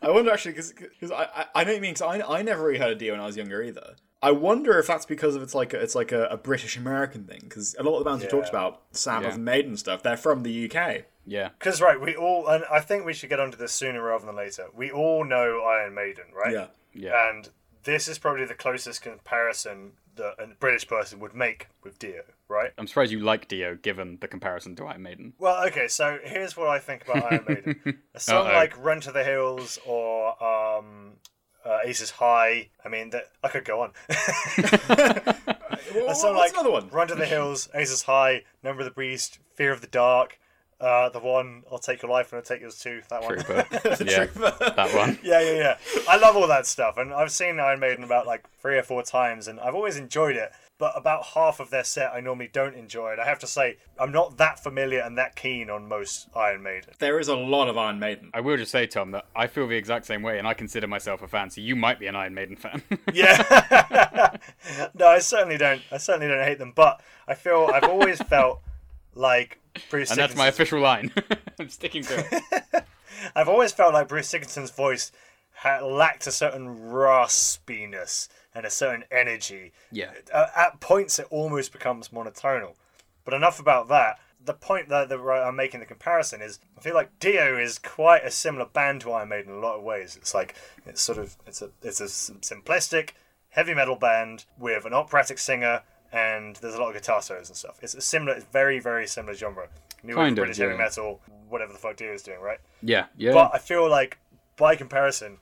[SPEAKER 8] I wonder actually because I, I I know what you mean 'cause I I never really heard of Dio when I was younger either. I wonder if that's because of it's like a, it's like a, a British American thing because a lot of the bands we talked about, Sabbath
[SPEAKER 6] Yeah.
[SPEAKER 8] and Maiden and stuff, they're from the UK.
[SPEAKER 6] yeah.
[SPEAKER 7] Because right, we all and I think we should get onto this sooner rather than later. We all know Iron Maiden, right?
[SPEAKER 8] Yeah.
[SPEAKER 6] Yeah.
[SPEAKER 7] And this is probably the closest comparison that a British person would make with Dio, right?
[SPEAKER 6] I'm surprised you like Dio, given the comparison to Iron Maiden.
[SPEAKER 7] Well, okay, so here's what I think about Iron Maiden. A song
[SPEAKER 6] Uh-oh.
[SPEAKER 7] like Run to the Hills or um, uh, Aces High, I mean, that, I could go on.
[SPEAKER 8] What-
[SPEAKER 7] so,
[SPEAKER 8] Oh, what's
[SPEAKER 7] like,
[SPEAKER 8] another one?
[SPEAKER 7] Run to the Hills, Aces High, Number of the Beast, Fear of the Dark, uh, the one, I'll Take Your Life and I'll Take Yours Too, that one.
[SPEAKER 6] Trooper. yeah, that one.
[SPEAKER 7] Yeah, yeah, yeah. I love all that stuff, and I've seen Iron Maiden about like three or four times, and I've always enjoyed it. But about half of their set, I normally don't enjoy it. I have to say, I'm not that familiar and that keen on most Iron Maiden.
[SPEAKER 8] There is a lot of Iron Maiden.
[SPEAKER 6] I will just say, Tom, that I feel the exact same way, and I consider myself a fan. So you might be an Iron Maiden fan.
[SPEAKER 7] Yeah. no, I certainly don't. I certainly don't hate them, but I feel I've always felt like Bruce.
[SPEAKER 6] and that's my
[SPEAKER 7] Dickinson's-
[SPEAKER 6] official line. I'm sticking to it.
[SPEAKER 7] I've always felt like Bruce Dickinson's voice ha lacked a certain raspiness and a certain energy.
[SPEAKER 6] Yeah.
[SPEAKER 7] Uh, at points, it almost becomes monotonal. But enough about that. The point that, that I'm making the comparison is, I feel like Dio is quite a similar band to Iron Maiden in a lot of ways. It's like it's sort of it's a it's a s- simplistic heavy metal band with an operatic singer and there's a lot of guitar solos and stuff. It's a similar, it's very very similar genre. New wave
[SPEAKER 6] Kind of,
[SPEAKER 7] British heavy
[SPEAKER 6] yeah.
[SPEAKER 7] metal, whatever the fuck Dio is doing, right?
[SPEAKER 6] Yeah, yeah.
[SPEAKER 7] But I feel like, by comparison,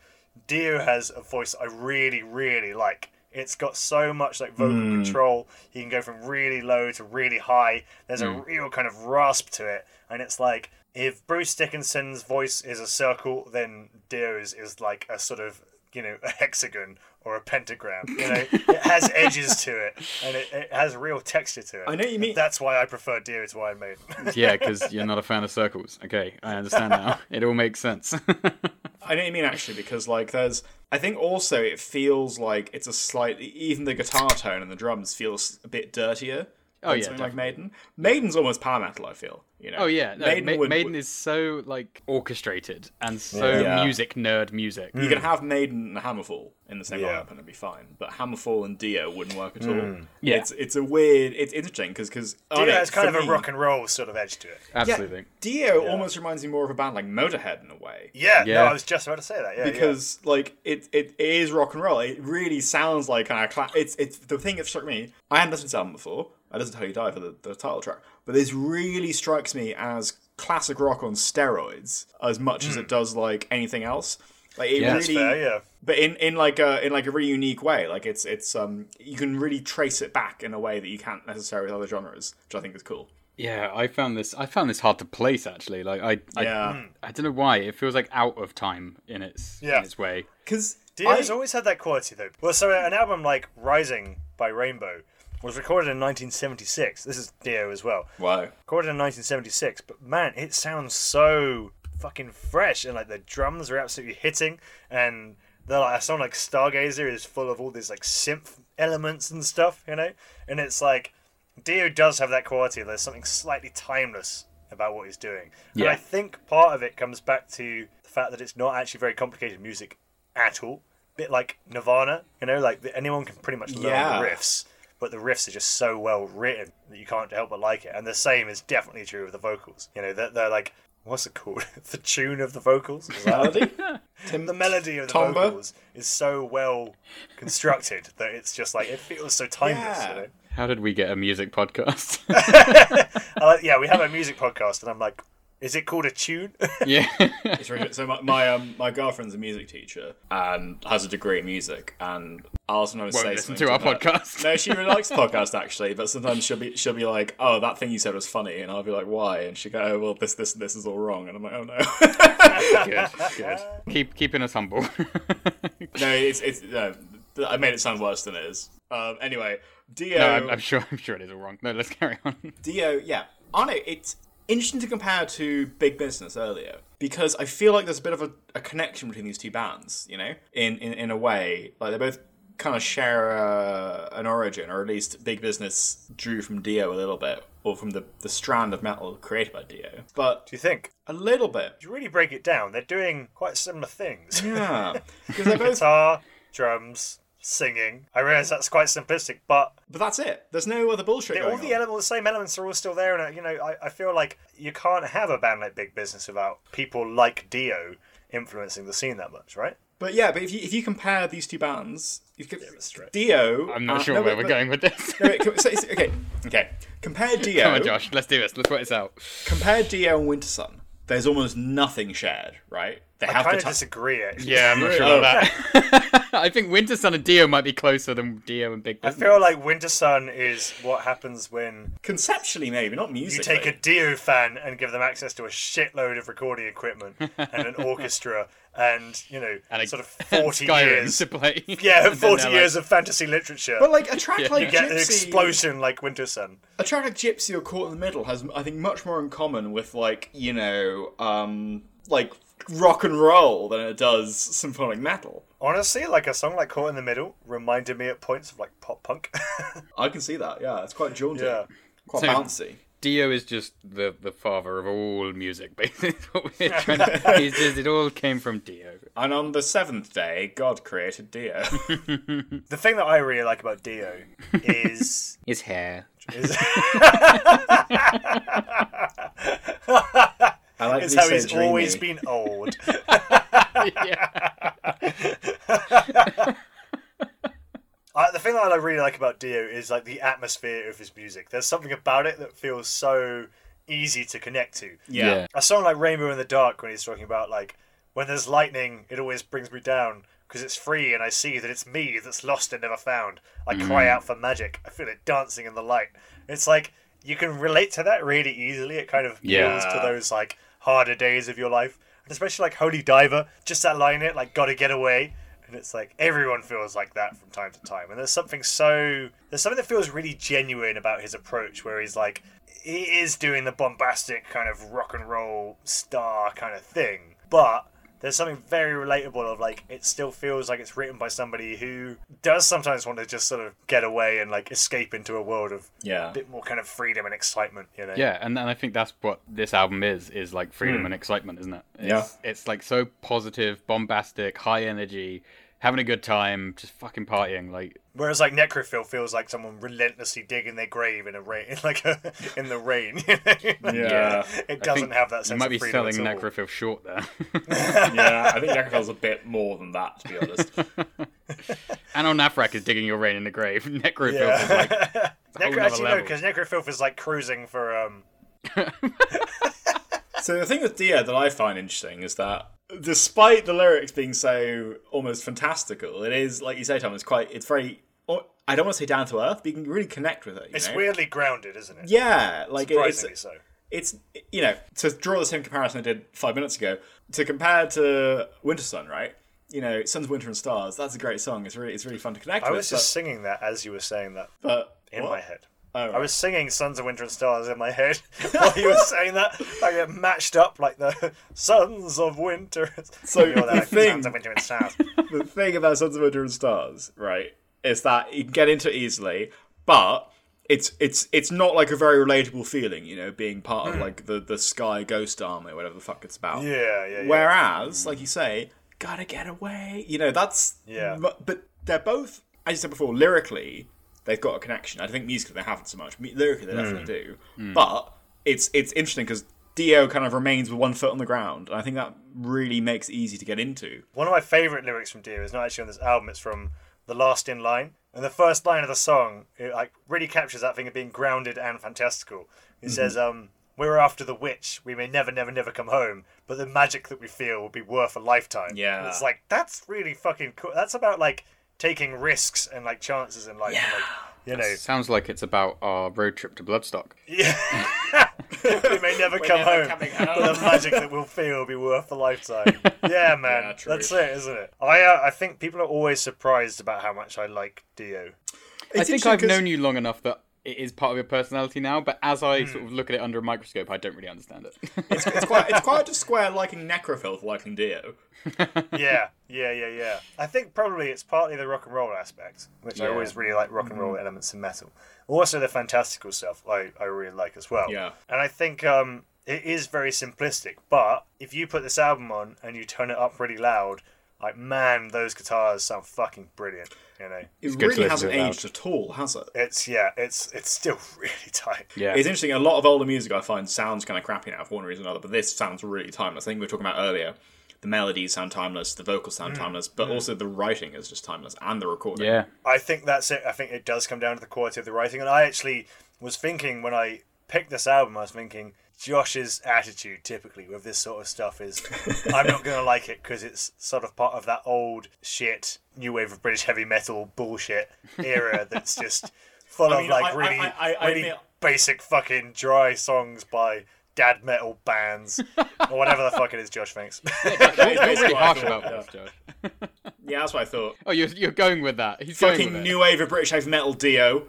[SPEAKER 7] Dio has a voice I really, really like. It's got so much like vocal control. He can go from really low to really high. There's a real kind of rasp to it, and it's like if Bruce Dickinson's voice is a circle, then Dio's is like a sort of you know a hexagon or a pentagram. You know, it has edges to it, and it, it has real texture to it.
[SPEAKER 8] I know you mean-
[SPEAKER 7] That's why I prefer Dio to Iron Maiden.
[SPEAKER 6] yeah, because you're not a fan of circles. Okay, I understand now. It all makes sense.
[SPEAKER 8] I know what you mean actually because like there's I think also it feels like it's a slight e, even the guitar tone and the drums feels a bit dirtier.
[SPEAKER 6] Oh,
[SPEAKER 8] than
[SPEAKER 6] yeah,
[SPEAKER 8] something like Maiden. Maiden's almost power metal. I feel you know.
[SPEAKER 6] oh yeah, no,
[SPEAKER 8] Maiden,
[SPEAKER 6] Maiden,
[SPEAKER 8] would,
[SPEAKER 6] Maiden is so like orchestrated and so
[SPEAKER 8] Yeah.
[SPEAKER 6] music nerd music.
[SPEAKER 8] You can have Maiden and Hammerfall in the same
[SPEAKER 7] Yeah. Hmm.
[SPEAKER 8] lineup and it'd be fine, but Hammerfall and Dio wouldn't work at all.
[SPEAKER 6] Yeah.
[SPEAKER 8] it's it's a weird. It's interesting oh because because
[SPEAKER 7] Dio has kind of a rock and roll sort of edge to it.
[SPEAKER 6] Absolutely.
[SPEAKER 8] Dio almost reminds me more of a band like Motorhead in a way.
[SPEAKER 7] Yeah, no,
[SPEAKER 6] Yeah.
[SPEAKER 7] I was just about to say that. Yeah, yeah.
[SPEAKER 8] because like it, it is rock and roll. It really sounds like kind of cla- it's it's the thing that struck me. I hadn't listened to the album before. I listened to How You Die for the, the title track, but this really strikes me as classic rock on steroids as much as it does like anything else. Like it
[SPEAKER 6] Yeah.
[SPEAKER 8] really,
[SPEAKER 6] That's
[SPEAKER 7] fair, Hmm. yeah.
[SPEAKER 8] but in, in like a in like a really unique way. Like it's it's um you can really trace it back in a way that you can't necessarily with other genres, which I think is cool.
[SPEAKER 6] Yeah, I found this. I found this hard to place actually. Like I, I,
[SPEAKER 8] Yeah,
[SPEAKER 7] Hmm.
[SPEAKER 6] I don't know why. It feels like out of time in its
[SPEAKER 7] Yeah.
[SPEAKER 6] in its way.
[SPEAKER 8] because
[SPEAKER 7] Dio's always had that quality, though. Well, so an album like Rising by Rainbow was recorded in 1976. This is Dio as well.
[SPEAKER 8] wow.
[SPEAKER 7] Recorded in 1976, but man, it sounds so fucking fresh, and like the drums are absolutely hitting, and the like, a song like Stargazer is full of all these like synth elements and stuff, you know. And it's like Dio does have that quality. There's something slightly timeless about what he's doing, and
[SPEAKER 6] Yeah.
[SPEAKER 7] I think part of it comes back to the fact that it's not actually very complicated music at all. Bit like Nirvana, you know, like anyone can pretty much learn
[SPEAKER 8] Yeah.
[SPEAKER 7] the riffs but the riffs are just so well written that you can't help but like it. And the same is definitely true of the vocals. You know, they're, they're like, what's it called? the tune of the vocals? Is that-
[SPEAKER 8] Melody? Tim-
[SPEAKER 7] the melody of the
[SPEAKER 8] Tomba?
[SPEAKER 7] vocals is so well constructed that it's just like, it feels so timeless.
[SPEAKER 8] Yeah.
[SPEAKER 7] You know?
[SPEAKER 6] How did we get a music podcast?
[SPEAKER 7] I like, yeah, we have a music podcast, and I'm like, is it called a tune?
[SPEAKER 6] yeah,
[SPEAKER 8] It's really good. So my my, um, my girlfriend's a music teacher and has a degree in music, and I'll sometimes
[SPEAKER 6] Won't
[SPEAKER 8] say
[SPEAKER 6] listen
[SPEAKER 8] something
[SPEAKER 6] to our
[SPEAKER 8] her.
[SPEAKER 6] podcast.
[SPEAKER 8] No, she really likes podcasts actually, but sometimes she'll be she'll be like, "Oh, that thing you said was funny," and I'll be like, "Why?" And she will go, "Oh, well, this this this is all wrong," and I'm like, "Oh no."
[SPEAKER 6] good, good. Keep keeping us humble.
[SPEAKER 8] no, it's it's no, I made it sound worse than it is. Um, anyway, Dio.
[SPEAKER 6] no, I'm, I'm sure. I'm sure it is all wrong. No, let's carry on.
[SPEAKER 8] Dio, yeah. I know, it's interesting to compare to Big Business earlier because I feel like there's a bit of a, a connection between these two bands, you know, in, in, in a way. Like they both kind of share uh, an origin, or at least Big Business drew from Dio a little bit, or from the, the strand of metal created by Dio. But
[SPEAKER 7] Do you think?
[SPEAKER 8] a little bit.
[SPEAKER 7] If you really break it down, they're doing quite similar things.
[SPEAKER 8] Yeah. Because they're both.
[SPEAKER 7] Guitar, drums, singing. I realize that's quite simplistic, but
[SPEAKER 8] But that's it. There's no other bullshit.
[SPEAKER 7] Yeah,
[SPEAKER 8] going
[SPEAKER 7] all the
[SPEAKER 8] on.
[SPEAKER 7] elements, the same elements are all still there, and uh, you know, I, I feel like you can't have a band like Big Business without people like Dio influencing the scene that much, right?
[SPEAKER 8] But yeah, but if you if you compare these two bands, you could,
[SPEAKER 7] that's right.
[SPEAKER 8] Dio.
[SPEAKER 6] I'm not
[SPEAKER 8] uh,
[SPEAKER 6] sure
[SPEAKER 8] no,
[SPEAKER 6] where
[SPEAKER 8] but-
[SPEAKER 6] we're going with this.
[SPEAKER 8] No, wait, com- so it's- okay, okay. Compare Dio.
[SPEAKER 6] Come on, Josh. Let's do this. Let's work this out.
[SPEAKER 8] Compare Dio and Winter Sun. There's almost nothing shared, right? They
[SPEAKER 7] I
[SPEAKER 8] have
[SPEAKER 7] kind
[SPEAKER 8] the
[SPEAKER 7] of
[SPEAKER 8] ti-
[SPEAKER 7] disagree. Actually.
[SPEAKER 6] Yeah, I'm not sure
[SPEAKER 8] Oh.
[SPEAKER 6] about that. I think Winter Sun and Dio might be closer than Dio and Big
[SPEAKER 7] I
[SPEAKER 6] Business.
[SPEAKER 7] feel like Winter Sun is what happens when
[SPEAKER 8] conceptually maybe not
[SPEAKER 7] you
[SPEAKER 8] musically.
[SPEAKER 7] take a Dio fan and give them access to a shitload of recording equipment and an orchestra and, you know,
[SPEAKER 6] and a-
[SPEAKER 7] sort of
[SPEAKER 6] and
[SPEAKER 7] 40
[SPEAKER 6] Skyrim
[SPEAKER 7] years.
[SPEAKER 6] to play.
[SPEAKER 7] Yeah,
[SPEAKER 6] And then
[SPEAKER 7] 40
[SPEAKER 6] they're
[SPEAKER 7] years
[SPEAKER 6] like,
[SPEAKER 7] of fantasy literature.
[SPEAKER 8] But like a track like
[SPEAKER 7] you get
[SPEAKER 8] Gypsy,
[SPEAKER 7] an explosion like Winter Sun.
[SPEAKER 8] a track like Gypsy or Caught in the Middle has, I think, much more in common with like you know, um, like rock and roll than it does symphonic metal.
[SPEAKER 7] Honestly, like a song like Caught in the Middle reminded me at points of like pop punk.
[SPEAKER 8] I can see that. Yeah, it's quite jaunty,
[SPEAKER 7] Yeah.
[SPEAKER 8] quite
[SPEAKER 6] So-
[SPEAKER 8] bouncy.
[SPEAKER 6] Dio is just the, the father of all music, basically. is what we're trying to- he's just, it all came from Dio.
[SPEAKER 8] And on the seventh day, God created Dio.
[SPEAKER 7] the thing that I really like about Dio is.
[SPEAKER 6] His hair.
[SPEAKER 7] is
[SPEAKER 8] I like
[SPEAKER 7] is
[SPEAKER 8] that
[SPEAKER 7] how he's always been old. I, Uh, the thing that I really like about Dio is like the atmosphere of his music. There's something about it that feels so easy to connect to.
[SPEAKER 8] Yeah.
[SPEAKER 6] Yeah.
[SPEAKER 7] A song like Rainbow in the Dark, when he's talking about like when there's lightning, it always brings me down because it's free and I see that it's me that's lost and never found. I cry out for magic. I feel it dancing in the light. It's like you can relate to that really easily. It kind of appeals
[SPEAKER 8] Yeah.
[SPEAKER 7] to those like harder days of your life, and especially like Holy Diver. Just that line, in it like gotta get away. And it's like everyone feels like that from time to time. And there's something so there's something that feels really genuine about his approach, where he's like he is doing the bombastic kind of rock and roll star kind of thing, but there's something very relatable of like it still feels like it's written by somebody who does sometimes want to just sort of get away and like escape into a world of
[SPEAKER 8] Yeah.
[SPEAKER 7] a bit more kind of freedom and excitement, you know.
[SPEAKER 6] Yeah, and, and I think that's what this album is, is like
[SPEAKER 7] Hmm.
[SPEAKER 6] freedom and excitement, isn't it? It's, It's like so positive, bombastic, high energy, having a good time, just fucking partying. Like,
[SPEAKER 7] Whereas like Necrophil feels like someone relentlessly digging their grave in a rain, in like a, in the rain. you know?
[SPEAKER 8] Yeah.
[SPEAKER 7] it
[SPEAKER 6] I
[SPEAKER 7] doesn't
[SPEAKER 6] think
[SPEAKER 7] have that sense
[SPEAKER 6] You might
[SPEAKER 7] of
[SPEAKER 6] be
[SPEAKER 7] freedom
[SPEAKER 6] selling
[SPEAKER 7] at all.
[SPEAKER 6] Necrophil short there.
[SPEAKER 8] yeah, I think Necrophil's a bit more than that, to be honest.
[SPEAKER 6] Anon Nafrak is digging your rain in the grave. Necrophil is like
[SPEAKER 7] Yeah.
[SPEAKER 6] whole
[SPEAKER 7] Necro-
[SPEAKER 6] nother
[SPEAKER 7] actually, no,
[SPEAKER 6] level.
[SPEAKER 7] because Necrophilth is like cruising for um,
[SPEAKER 8] So the thing with Dio that I find interesting is that despite the lyrics being so almost fantastical, it is like you say, Tom. It's quite. It's very. oh, I don't want to say down to earth, but you can really connect with it. you
[SPEAKER 7] It's
[SPEAKER 8] know?
[SPEAKER 7] weirdly grounded, isn't it?
[SPEAKER 8] Yeah, like it- it's
[SPEAKER 7] surprisingly so.
[SPEAKER 8] it's you know to draw the same comparison I did five minutes ago to compare to Winter Sun, right? You know, Sun's Winter and Stars. That's a great song. It's really it's really fun to connect
[SPEAKER 7] I
[SPEAKER 8] with.
[SPEAKER 7] was just singing that as you were saying that
[SPEAKER 8] but, but
[SPEAKER 7] in
[SPEAKER 8] what?
[SPEAKER 7] my head.
[SPEAKER 8] Oh,
[SPEAKER 7] I was singing "Sons of Winter and Stars" in my head while you were saying that. Like it matched up like the "Sons of Winter."
[SPEAKER 8] So
[SPEAKER 7] You know,
[SPEAKER 8] the
[SPEAKER 7] they're like,
[SPEAKER 8] thing-
[SPEAKER 7] "Sons of Winter and Stars."
[SPEAKER 8] the thing about Sons of Winter and Stars, right, is that you can get into it easily, but it's it's it's not like a very relatable feeling, you know, being part of like the the sky ghost army, whatever the fuck it's about.
[SPEAKER 7] Hmm. Yeah, yeah, Hmm. yeah.
[SPEAKER 8] Whereas, like you say, gotta get away. You know, that's
[SPEAKER 7] Yeah.
[SPEAKER 8] But, but they're both, as you said before, lyrically they've got a connection. I think musically they haven't so much. Mu- Lyrically they
[SPEAKER 7] Hmm.
[SPEAKER 8] definitely do.
[SPEAKER 6] Hmm.
[SPEAKER 8] But it's it's interesting because Dio kind of remains with one foot on the ground, and I think that really makes it easy to get into.
[SPEAKER 7] One of my favourite lyrics from Dio is not actually on this album. It's from "The Last in Line," and the first line of the song it like really captures that thing of being grounded and fantastical. It says, "Um, we're after the witch. We may never, never, never come home, but the magic that we feel will be worth a lifetime."
[SPEAKER 8] Yeah.
[SPEAKER 7] And it's like that's really fucking cool. That's about like taking risks and like chances in life. Yeah. And, like, you know,
[SPEAKER 6] Sounds like it's about our road trip to Bloodstock.
[SPEAKER 7] we may never come home, but the magic that we'll feel will be worth a lifetime. yeah, man,
[SPEAKER 8] Yeah, true.
[SPEAKER 7] that's it, isn't it? I uh, I think people are always surprised about how much I like Dio.
[SPEAKER 6] I think I've known you long enough that it is part of your personality now, but as I sort of look at it under a microscope, I don't really understand it.
[SPEAKER 8] it's quite it's quite a square liking Necrophil for liking Dio.
[SPEAKER 7] Yeah, yeah, yeah, yeah. I think probably it's partly the rock and roll aspect, which I
[SPEAKER 8] Yeah. Mm-hmm.
[SPEAKER 7] always really like rock and roll elements in metal. Also, the fantastical stuff I, I really like as well.
[SPEAKER 8] Yeah.
[SPEAKER 7] And I think um, it is very simplistic, but if you put this album on and you turn it up really loud, like, man, those guitars sound fucking brilliant, you know?
[SPEAKER 8] It
[SPEAKER 6] good to
[SPEAKER 8] really
[SPEAKER 6] listen
[SPEAKER 8] hasn't
[SPEAKER 6] to it loud.
[SPEAKER 8] aged at all, has it?
[SPEAKER 7] It's yeah, it's it's still really tight.
[SPEAKER 6] yeah.
[SPEAKER 8] It's interesting. A lot of older music I find sounds kind of crappy now for one reason or another, but this sounds really timeless. I think we were talking about earlier the melodies sound timeless, the vocals sound timeless, but also the writing is just timeless and the recording.
[SPEAKER 6] Yeah.
[SPEAKER 7] I think that's it. I think it does come down to the quality of the writing. And I actually was thinking when I picked this album, I was thinking Josh's attitude typically with this sort of stuff is I'm not going to like it because it's sort of part of that old shit new wave of British heavy metal bullshit era that's just full
[SPEAKER 8] I
[SPEAKER 7] of
[SPEAKER 8] mean,
[SPEAKER 7] like
[SPEAKER 8] I- I-
[SPEAKER 7] really,
[SPEAKER 8] I- I- I
[SPEAKER 7] really
[SPEAKER 8] admit-
[SPEAKER 7] basic fucking dry songs by dad metal bands or whatever the fuck it is, Josh. Thanks.
[SPEAKER 8] That's
[SPEAKER 6] You're
[SPEAKER 8] basically
[SPEAKER 6] really
[SPEAKER 8] what I
[SPEAKER 6] harsh
[SPEAKER 8] thought,
[SPEAKER 6] about
[SPEAKER 8] yeah.
[SPEAKER 6] this, Josh.
[SPEAKER 8] Yeah, that's what I thought.
[SPEAKER 6] Oh, you're, you're going with that. He's going with
[SPEAKER 8] Fucking
[SPEAKER 6] it.
[SPEAKER 8] new wave of British heavy metal, Dio.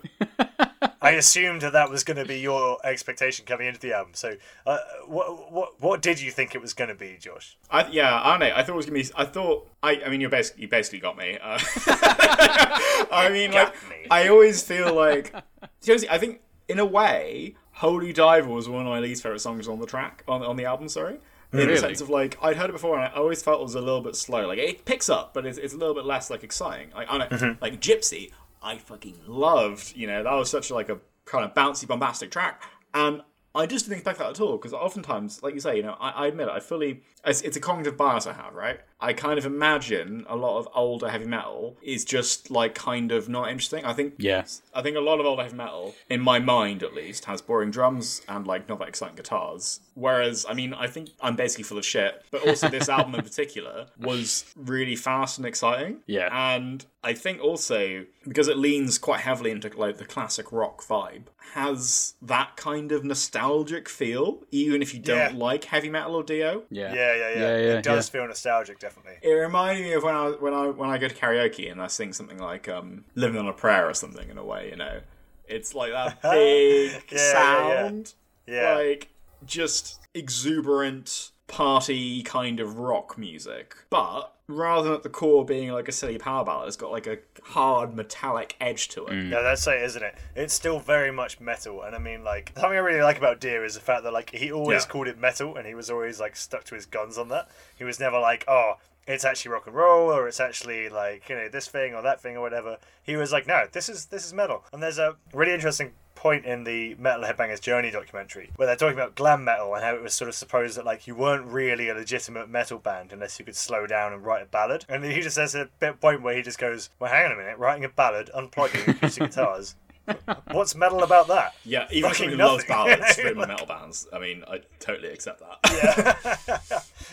[SPEAKER 7] I assumed that that was going to be your expectation coming into the album. So, uh, what what what did you think it was going to be, Josh?
[SPEAKER 8] I, yeah, I don't know. I thought it was gonna be. I thought. I. I mean, you basically you basically got me. Uh, I mean, like,
[SPEAKER 7] me.
[SPEAKER 8] I always feel like. Seriously, I think in a way, "Holy Diver" was one of my least favorite songs on the track on on the album. Sorry. In
[SPEAKER 6] Really?
[SPEAKER 8] the sense of like, I'd heard it before, and I always felt it was a little bit slow. Like it picks up, but it's, it's a little bit less like exciting. Like I don't know, like Gypsy, I fucking loved. You know, that was such like a kind of bouncy, bombastic track, and I just didn't expect that at all because oftentimes, like you say, you know, I, I admit it, I fully it's, it's a cognitive bias I have, right? I kind of imagine a lot of older heavy metal is just like kind of not interesting. I think
[SPEAKER 6] Yeah.
[SPEAKER 8] I think a lot of old heavy metal, in my mind at least, has boring drums and like not that exciting guitars. Whereas, I mean, I think I'm basically full of shit. But also, this album in particular was really fast and exciting.
[SPEAKER 6] Yeah.
[SPEAKER 8] And I think also because it leans quite heavily into like the classic rock vibe, has that kind of nostalgic feel, even if you don't
[SPEAKER 7] Yeah.
[SPEAKER 8] like heavy metal or Dio.
[SPEAKER 6] Yeah.
[SPEAKER 7] Yeah, yeah, yeah.
[SPEAKER 6] yeah,
[SPEAKER 7] it does feel nostalgic, definitely.
[SPEAKER 8] It reminded me of when I when I when I go to karaoke and I sing something like um, "Living on a Prayer" or something. In a way, you know, it's like that big
[SPEAKER 7] Yeah, yeah, yeah.
[SPEAKER 8] sound,
[SPEAKER 7] Yeah,
[SPEAKER 8] like just exuberant party kind of rock music. But rather than at the core being like a silly power ballad, it's got like a hard metallic edge to it.
[SPEAKER 7] yeah, that's it, isn't it? It's still very much metal, and I mean, like something I really like about Deer is the fact that like he always
[SPEAKER 8] Yeah.
[SPEAKER 7] called it metal, and he was always like stuck to his guns on that. He was never like, oh. It's actually rock and roll, or it's actually like you know this thing or that thing or whatever. He was like, no, this is this is metal. And there's a really interesting point in the Metal Headbangers Journey documentary where they're talking about glam metal and how it was sort of supposed that like you weren't really a legitimate metal band unless you could slow down and write a ballad. And he just has a bit point where he just goes, "Well, hang on a minute, writing a ballad, unplugging acoustic guitars. What's metal about that?"
[SPEAKER 8] Yeah, even
[SPEAKER 7] Fucking
[SPEAKER 8] someone who loves
[SPEAKER 7] nothing.
[SPEAKER 8] ballads, rhythm and metal bands. I mean, I totally accept that.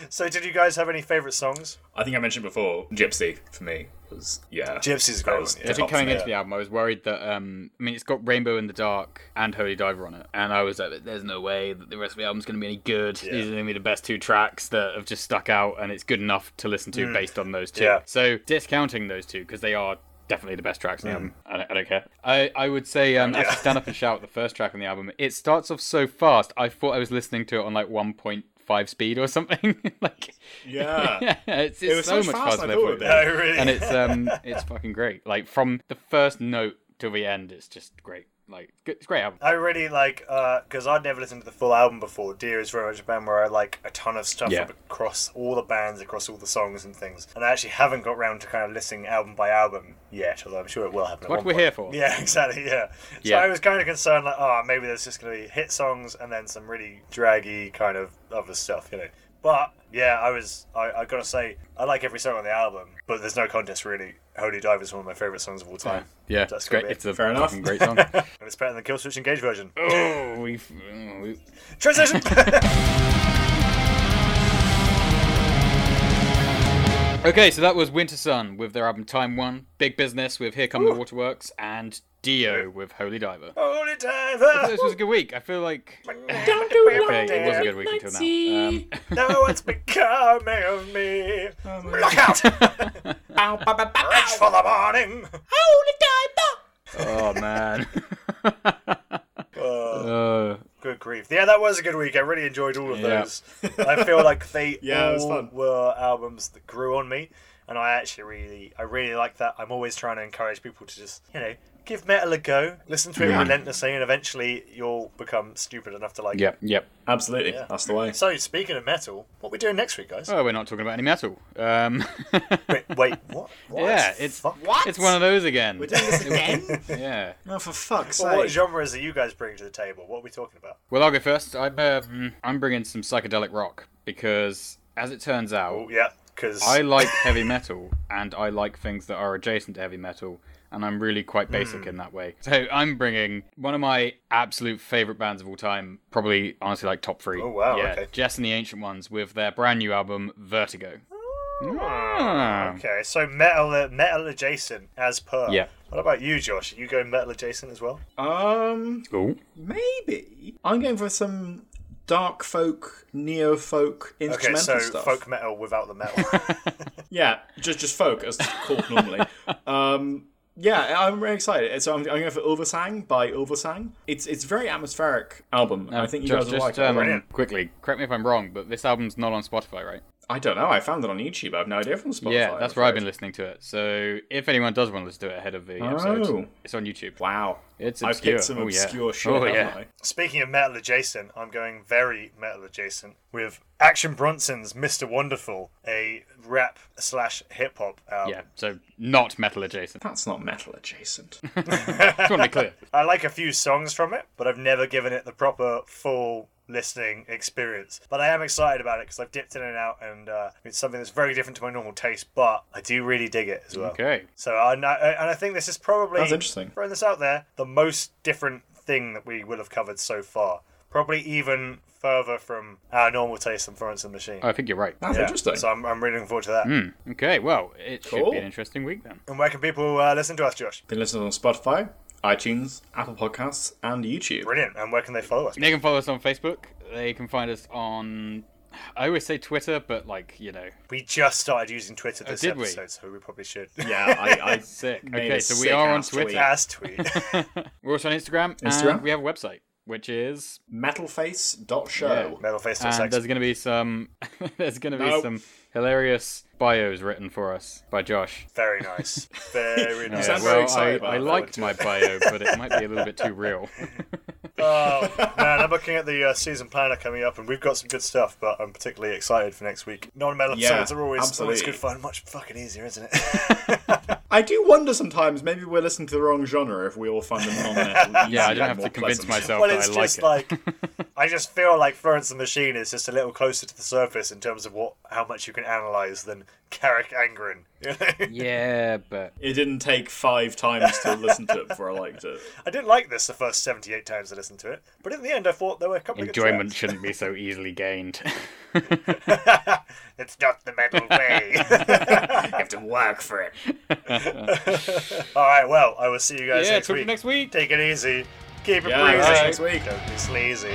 [SPEAKER 7] So, did you guys have any favorite songs?
[SPEAKER 8] I think I mentioned before, Gypsy for me was yeah.
[SPEAKER 7] Gypsy's
[SPEAKER 8] that
[SPEAKER 7] a great
[SPEAKER 8] was
[SPEAKER 7] one,
[SPEAKER 8] the
[SPEAKER 7] yeah.
[SPEAKER 6] I
[SPEAKER 8] top
[SPEAKER 6] think coming
[SPEAKER 8] for me.
[SPEAKER 6] into the album, I was worried that um, I mean, it's got Rainbow in the Dark and Holy Diver on it, and I was like, "There's no way that the rest of the album's going to be any good. These are going to be the best two tracks that have just stuck out, and it's good enough to listen
[SPEAKER 8] Mm.
[SPEAKER 6] to based on those two.
[SPEAKER 7] Yeah.
[SPEAKER 6] So discounting those two because they are definitely the best tracks
[SPEAKER 8] Mm.
[SPEAKER 6] on the album. I don't, I don't care. I, I would say um, actually stand up and shout the first track on the album. It starts off so fast. I thought I was listening to it on like 1.5 speed or something. like
[SPEAKER 8] Yeah.
[SPEAKER 6] it's, it's
[SPEAKER 8] It was
[SPEAKER 6] so,
[SPEAKER 8] so
[SPEAKER 6] much
[SPEAKER 8] fast,
[SPEAKER 6] faster
[SPEAKER 8] I
[SPEAKER 6] than I
[SPEAKER 8] thought it
[SPEAKER 6] thought it
[SPEAKER 8] would
[SPEAKER 6] was
[SPEAKER 8] be.
[SPEAKER 7] Oh, really?
[SPEAKER 6] and it's um it's fucking great like from the first note till the end it's just great like g- it's a great album
[SPEAKER 7] I really like because I'd never listened to the full album before. Dear is very much a band where I like a ton of stuff
[SPEAKER 6] Yeah.
[SPEAKER 7] from across all the bands, across all the songs and things. And I actually haven't got round to kind of listening album by album yet, although I'm sure it will happen. at
[SPEAKER 6] what
[SPEAKER 7] one
[SPEAKER 6] we're
[SPEAKER 7] point.
[SPEAKER 6] here for
[SPEAKER 7] Yeah, exactly. Yeah. So
[SPEAKER 6] Yeah.
[SPEAKER 7] I was kind of concerned, like, oh, maybe there's just going to be hit songs and then some really draggy kind of other stuff, you know. But yeah, I was, I, I gotta say, I like every song on the album, but there's no contest really. Holy Dive is one of my favorite songs of all time.
[SPEAKER 6] yeah
[SPEAKER 7] That's
[SPEAKER 6] it's great
[SPEAKER 7] gonna be
[SPEAKER 6] it's a
[SPEAKER 8] Fair enough.
[SPEAKER 6] fucking great song
[SPEAKER 7] And it's better than the Killswitch Engage version.
[SPEAKER 6] oh we've, oh, we
[SPEAKER 7] Transition!
[SPEAKER 6] okay so that was winter sun with their album time one big business with here come the waterworks and dio with holy diver
[SPEAKER 7] Holy Diver!
[SPEAKER 6] this was a good week i feel like
[SPEAKER 7] Don't do it.
[SPEAKER 6] okay it was a good week until now um,
[SPEAKER 7] Now it's becoming of me.
[SPEAKER 6] Oh,
[SPEAKER 7] Look out! Reach for the morning.
[SPEAKER 6] oh man Uh,
[SPEAKER 7] Good grief! Yeah, that was a good week. I really enjoyed all of
[SPEAKER 6] Yeah.
[SPEAKER 7] those. I feel like they
[SPEAKER 8] Yeah, it was
[SPEAKER 7] all
[SPEAKER 8] fun.
[SPEAKER 7] were albums that grew on me, and I actually really, I really like that. I'm always trying to encourage people to just, you know, give metal a go, listen to it relentlessly, and eventually you'll become stupid enough to like. it.
[SPEAKER 6] yep yep
[SPEAKER 8] Absolutely, that's the way.
[SPEAKER 7] So speaking of metal, what are we doing next week, guys?
[SPEAKER 6] oh we're not talking about any metal um
[SPEAKER 7] wait, wait, what? what?
[SPEAKER 6] Yeah, it's
[SPEAKER 7] Fuck.
[SPEAKER 8] What?
[SPEAKER 6] it's one of those again.
[SPEAKER 8] We're doing this again?
[SPEAKER 6] Yeah.
[SPEAKER 8] oh, for fuck's
[SPEAKER 7] Well, what
[SPEAKER 8] sake.
[SPEAKER 7] genres are you guys bringing to the table? What are we talking about?
[SPEAKER 6] um, Well, I'll go first. I'm uh, I'm bringing some psychedelic rock because as it turns out,
[SPEAKER 7] Yeah, because
[SPEAKER 6] I like heavy metal and I like things that are adjacent to heavy metal, and I'm really quite basic
[SPEAKER 8] Hmm.
[SPEAKER 6] in that way. So I'm bringing one of my absolute favorite bands of all time, probably honestly like top three.
[SPEAKER 7] Oh, wow,
[SPEAKER 6] Yeah,
[SPEAKER 7] okay.
[SPEAKER 6] Jess and the Ancient Ones with their brand new album Vertigo. Ah.
[SPEAKER 7] Okay, so metal metal adjacent as per.
[SPEAKER 6] Yeah.
[SPEAKER 7] What about you, Josh? Are you going metal adjacent as well?
[SPEAKER 8] Um,
[SPEAKER 6] Ooh.
[SPEAKER 8] maybe I'm going for some dark folk, neo folk
[SPEAKER 7] Okay,
[SPEAKER 8] instrumental
[SPEAKER 7] so
[SPEAKER 8] stuff.
[SPEAKER 7] folk metal without the metal.
[SPEAKER 8] Yeah, just just folk as it's called normally. um, yeah, I'm very excited. So I'm, I'm going for Ulversang by Ulversang. It's it's a very atmospheric album. I think you guys
[SPEAKER 6] just,
[SPEAKER 8] will
[SPEAKER 6] just,
[SPEAKER 8] like
[SPEAKER 6] um,
[SPEAKER 8] it.
[SPEAKER 7] Brilliant.
[SPEAKER 6] quickly, correct me if I'm wrong, but this album's not on Spotify, right?
[SPEAKER 8] I don't know. I found it on YouTube. I have no idea from Spotify.
[SPEAKER 6] yeah,
[SPEAKER 8] I'm
[SPEAKER 6] that's where I've
[SPEAKER 8] afraid.
[SPEAKER 6] been listening to it. So if anyone does want to listen to it ahead of
[SPEAKER 8] Oh.
[SPEAKER 6] the episode, it's on YouTube.
[SPEAKER 8] Wow,
[SPEAKER 6] It's
[SPEAKER 8] I've
[SPEAKER 6] obscure.
[SPEAKER 8] picked some
[SPEAKER 6] Oh, yeah.
[SPEAKER 8] obscure shit.
[SPEAKER 6] Oh,
[SPEAKER 8] haven't
[SPEAKER 6] yeah.
[SPEAKER 8] I?
[SPEAKER 7] Speaking of metal adjacent, I'm going very metal adjacent with Action Bronson's "Mr. Wonderful," a rap slash hip hop album.
[SPEAKER 6] Yeah, so not metal adjacent.
[SPEAKER 8] That's not metal adjacent.
[SPEAKER 6] Just want to be clear.
[SPEAKER 7] I like a few songs from it, but I've never given it the proper full listening experience. But I am excited about it because I've dipped in and out, and uh, it's something that's very different to my normal taste. But I do really dig it as well.
[SPEAKER 6] Okay.
[SPEAKER 7] So I know, and I think this is probably
[SPEAKER 8] That's interesting.
[SPEAKER 7] Throwing this out there, the most different thing that we will have covered so far. Probably even further from our normal taste than Florence and the Machine.
[SPEAKER 6] Oh, I think you're right.
[SPEAKER 8] That's
[SPEAKER 7] Yeah,
[SPEAKER 8] Oh, interesting. Hmm.
[SPEAKER 7] So I'm, I'm really looking forward to that.
[SPEAKER 6] Okay, well, it should
[SPEAKER 8] Cool.
[SPEAKER 6] be an interesting week then.
[SPEAKER 7] And where can people uh, listen to us, Josh?
[SPEAKER 8] Been listening on Spotify, iTunes, Apple Podcasts, and YouTube.
[SPEAKER 7] Brilliant. And where can they follow us?
[SPEAKER 6] They can follow us on Facebook. They can find us on. I always say Twitter, but like you know,
[SPEAKER 7] We just started using Twitter this
[SPEAKER 6] did we?
[SPEAKER 7] episode, so we probably should.
[SPEAKER 8] Oh, Yeah, I, I
[SPEAKER 6] sick.
[SPEAKER 8] made
[SPEAKER 6] Okay,
[SPEAKER 8] a
[SPEAKER 6] so we
[SPEAKER 8] sick
[SPEAKER 6] are on
[SPEAKER 8] ass
[SPEAKER 6] Twitter.
[SPEAKER 8] tweet.
[SPEAKER 7] Ass tweet.
[SPEAKER 6] We're also on Instagram.
[SPEAKER 8] Instagram?
[SPEAKER 6] And we have a website, which is
[SPEAKER 8] metalface.show.
[SPEAKER 6] and there's
[SPEAKER 7] Metalface.sex.
[SPEAKER 6] going to be some there's going to be
[SPEAKER 8] Nope.
[SPEAKER 6] some hilarious bios written for us by Josh.
[SPEAKER 7] Very nice. Very nice.
[SPEAKER 8] sound I'm very
[SPEAKER 6] well,
[SPEAKER 8] excited about
[SPEAKER 6] I, I
[SPEAKER 8] that.
[SPEAKER 6] liked my bio, but it might be a little bit too real.
[SPEAKER 7] Oh, man, I'm looking at the uh, season planner coming up, and we've got some good stuff, but I'm particularly excited for next week. Non-metal
[SPEAKER 8] Yeah,
[SPEAKER 7] episodes are always, always
[SPEAKER 8] absolutely.
[SPEAKER 7] good fun. Much fucking easier, isn't it?
[SPEAKER 8] I do wonder sometimes maybe we're listening to the wrong genre if we all find them on there.
[SPEAKER 6] yeah, I don't have to convince myself
[SPEAKER 7] well,
[SPEAKER 6] that
[SPEAKER 7] it's
[SPEAKER 6] I like it.
[SPEAKER 7] just like I just feel like Florence and the Machine is just a little closer to the surface in terms of what how much you can analyze than Carrick Angren. You know?
[SPEAKER 6] yeah, but
[SPEAKER 8] It didn't take five times to listen to it before I liked it.
[SPEAKER 7] I didn't like this the first seventy-eight times I listened to it, but in the end, I thought there were a couple
[SPEAKER 6] enjoyment
[SPEAKER 7] of good
[SPEAKER 6] shouldn't be so easily gained.
[SPEAKER 7] tracks. it's not the metal way.
[SPEAKER 8] I have to work for it.
[SPEAKER 7] All right, well, I will see you guys
[SPEAKER 6] yeah,
[SPEAKER 7] next
[SPEAKER 6] till
[SPEAKER 7] week.
[SPEAKER 6] next week.
[SPEAKER 7] Take it easy. Keep it
[SPEAKER 8] Yeah,
[SPEAKER 7] breezy.
[SPEAKER 8] see you next week.
[SPEAKER 7] Don't be sleazy.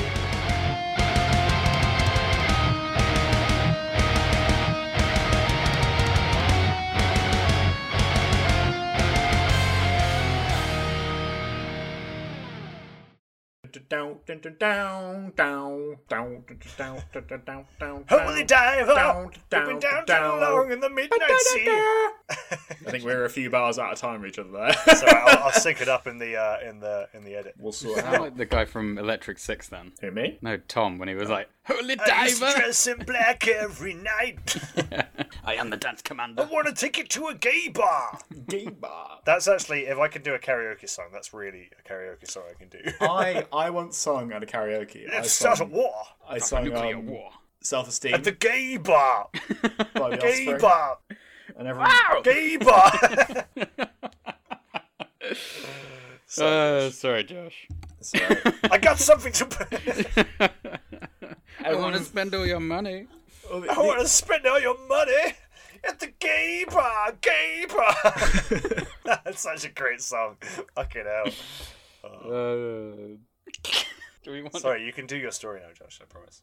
[SPEAKER 7] Holy diver,
[SPEAKER 8] Down,
[SPEAKER 7] you've been
[SPEAKER 8] down,
[SPEAKER 7] down, down
[SPEAKER 8] down.
[SPEAKER 7] long in the midnight sea.
[SPEAKER 8] I think we were a few bars out of time with each other there.
[SPEAKER 7] So I'll, I'll sync it up in the uh, in the in the edit.
[SPEAKER 8] we'll sort it
[SPEAKER 6] I
[SPEAKER 8] out.
[SPEAKER 6] like the guy from Electric Six then.
[SPEAKER 8] Who, me?
[SPEAKER 6] No, Tom, when he was like, Holy
[SPEAKER 7] I used to
[SPEAKER 6] diver!
[SPEAKER 7] dress in black every night.
[SPEAKER 6] I am the dance
[SPEAKER 7] I
[SPEAKER 6] commander.
[SPEAKER 7] want to take it to a gay bar.
[SPEAKER 8] Gay bar.
[SPEAKER 7] That's actually, if I can do a karaoke song, that's really a karaoke song I can do.
[SPEAKER 8] I, I once sung at a karaoke. I
[SPEAKER 7] Let's start a
[SPEAKER 8] sung-
[SPEAKER 7] war
[SPEAKER 8] I sung
[SPEAKER 6] Nuclear
[SPEAKER 8] um,
[SPEAKER 6] war.
[SPEAKER 8] self-esteem
[SPEAKER 7] at the gay bar.
[SPEAKER 8] by the
[SPEAKER 7] Gay
[SPEAKER 8] Offspring,
[SPEAKER 7] bar.
[SPEAKER 8] and everyone
[SPEAKER 7] Gay bar.
[SPEAKER 6] Uh, sorry, Josh.
[SPEAKER 8] It's alright.
[SPEAKER 7] I got something to. put-
[SPEAKER 6] I want to spend all your money.
[SPEAKER 8] Oh,
[SPEAKER 7] I want to spend all your money at the gay bar. Gay bar. that's such a great song. Fucking hell.
[SPEAKER 6] Uh, do we want
[SPEAKER 7] Sorry, you can do your story now, Josh. I promise.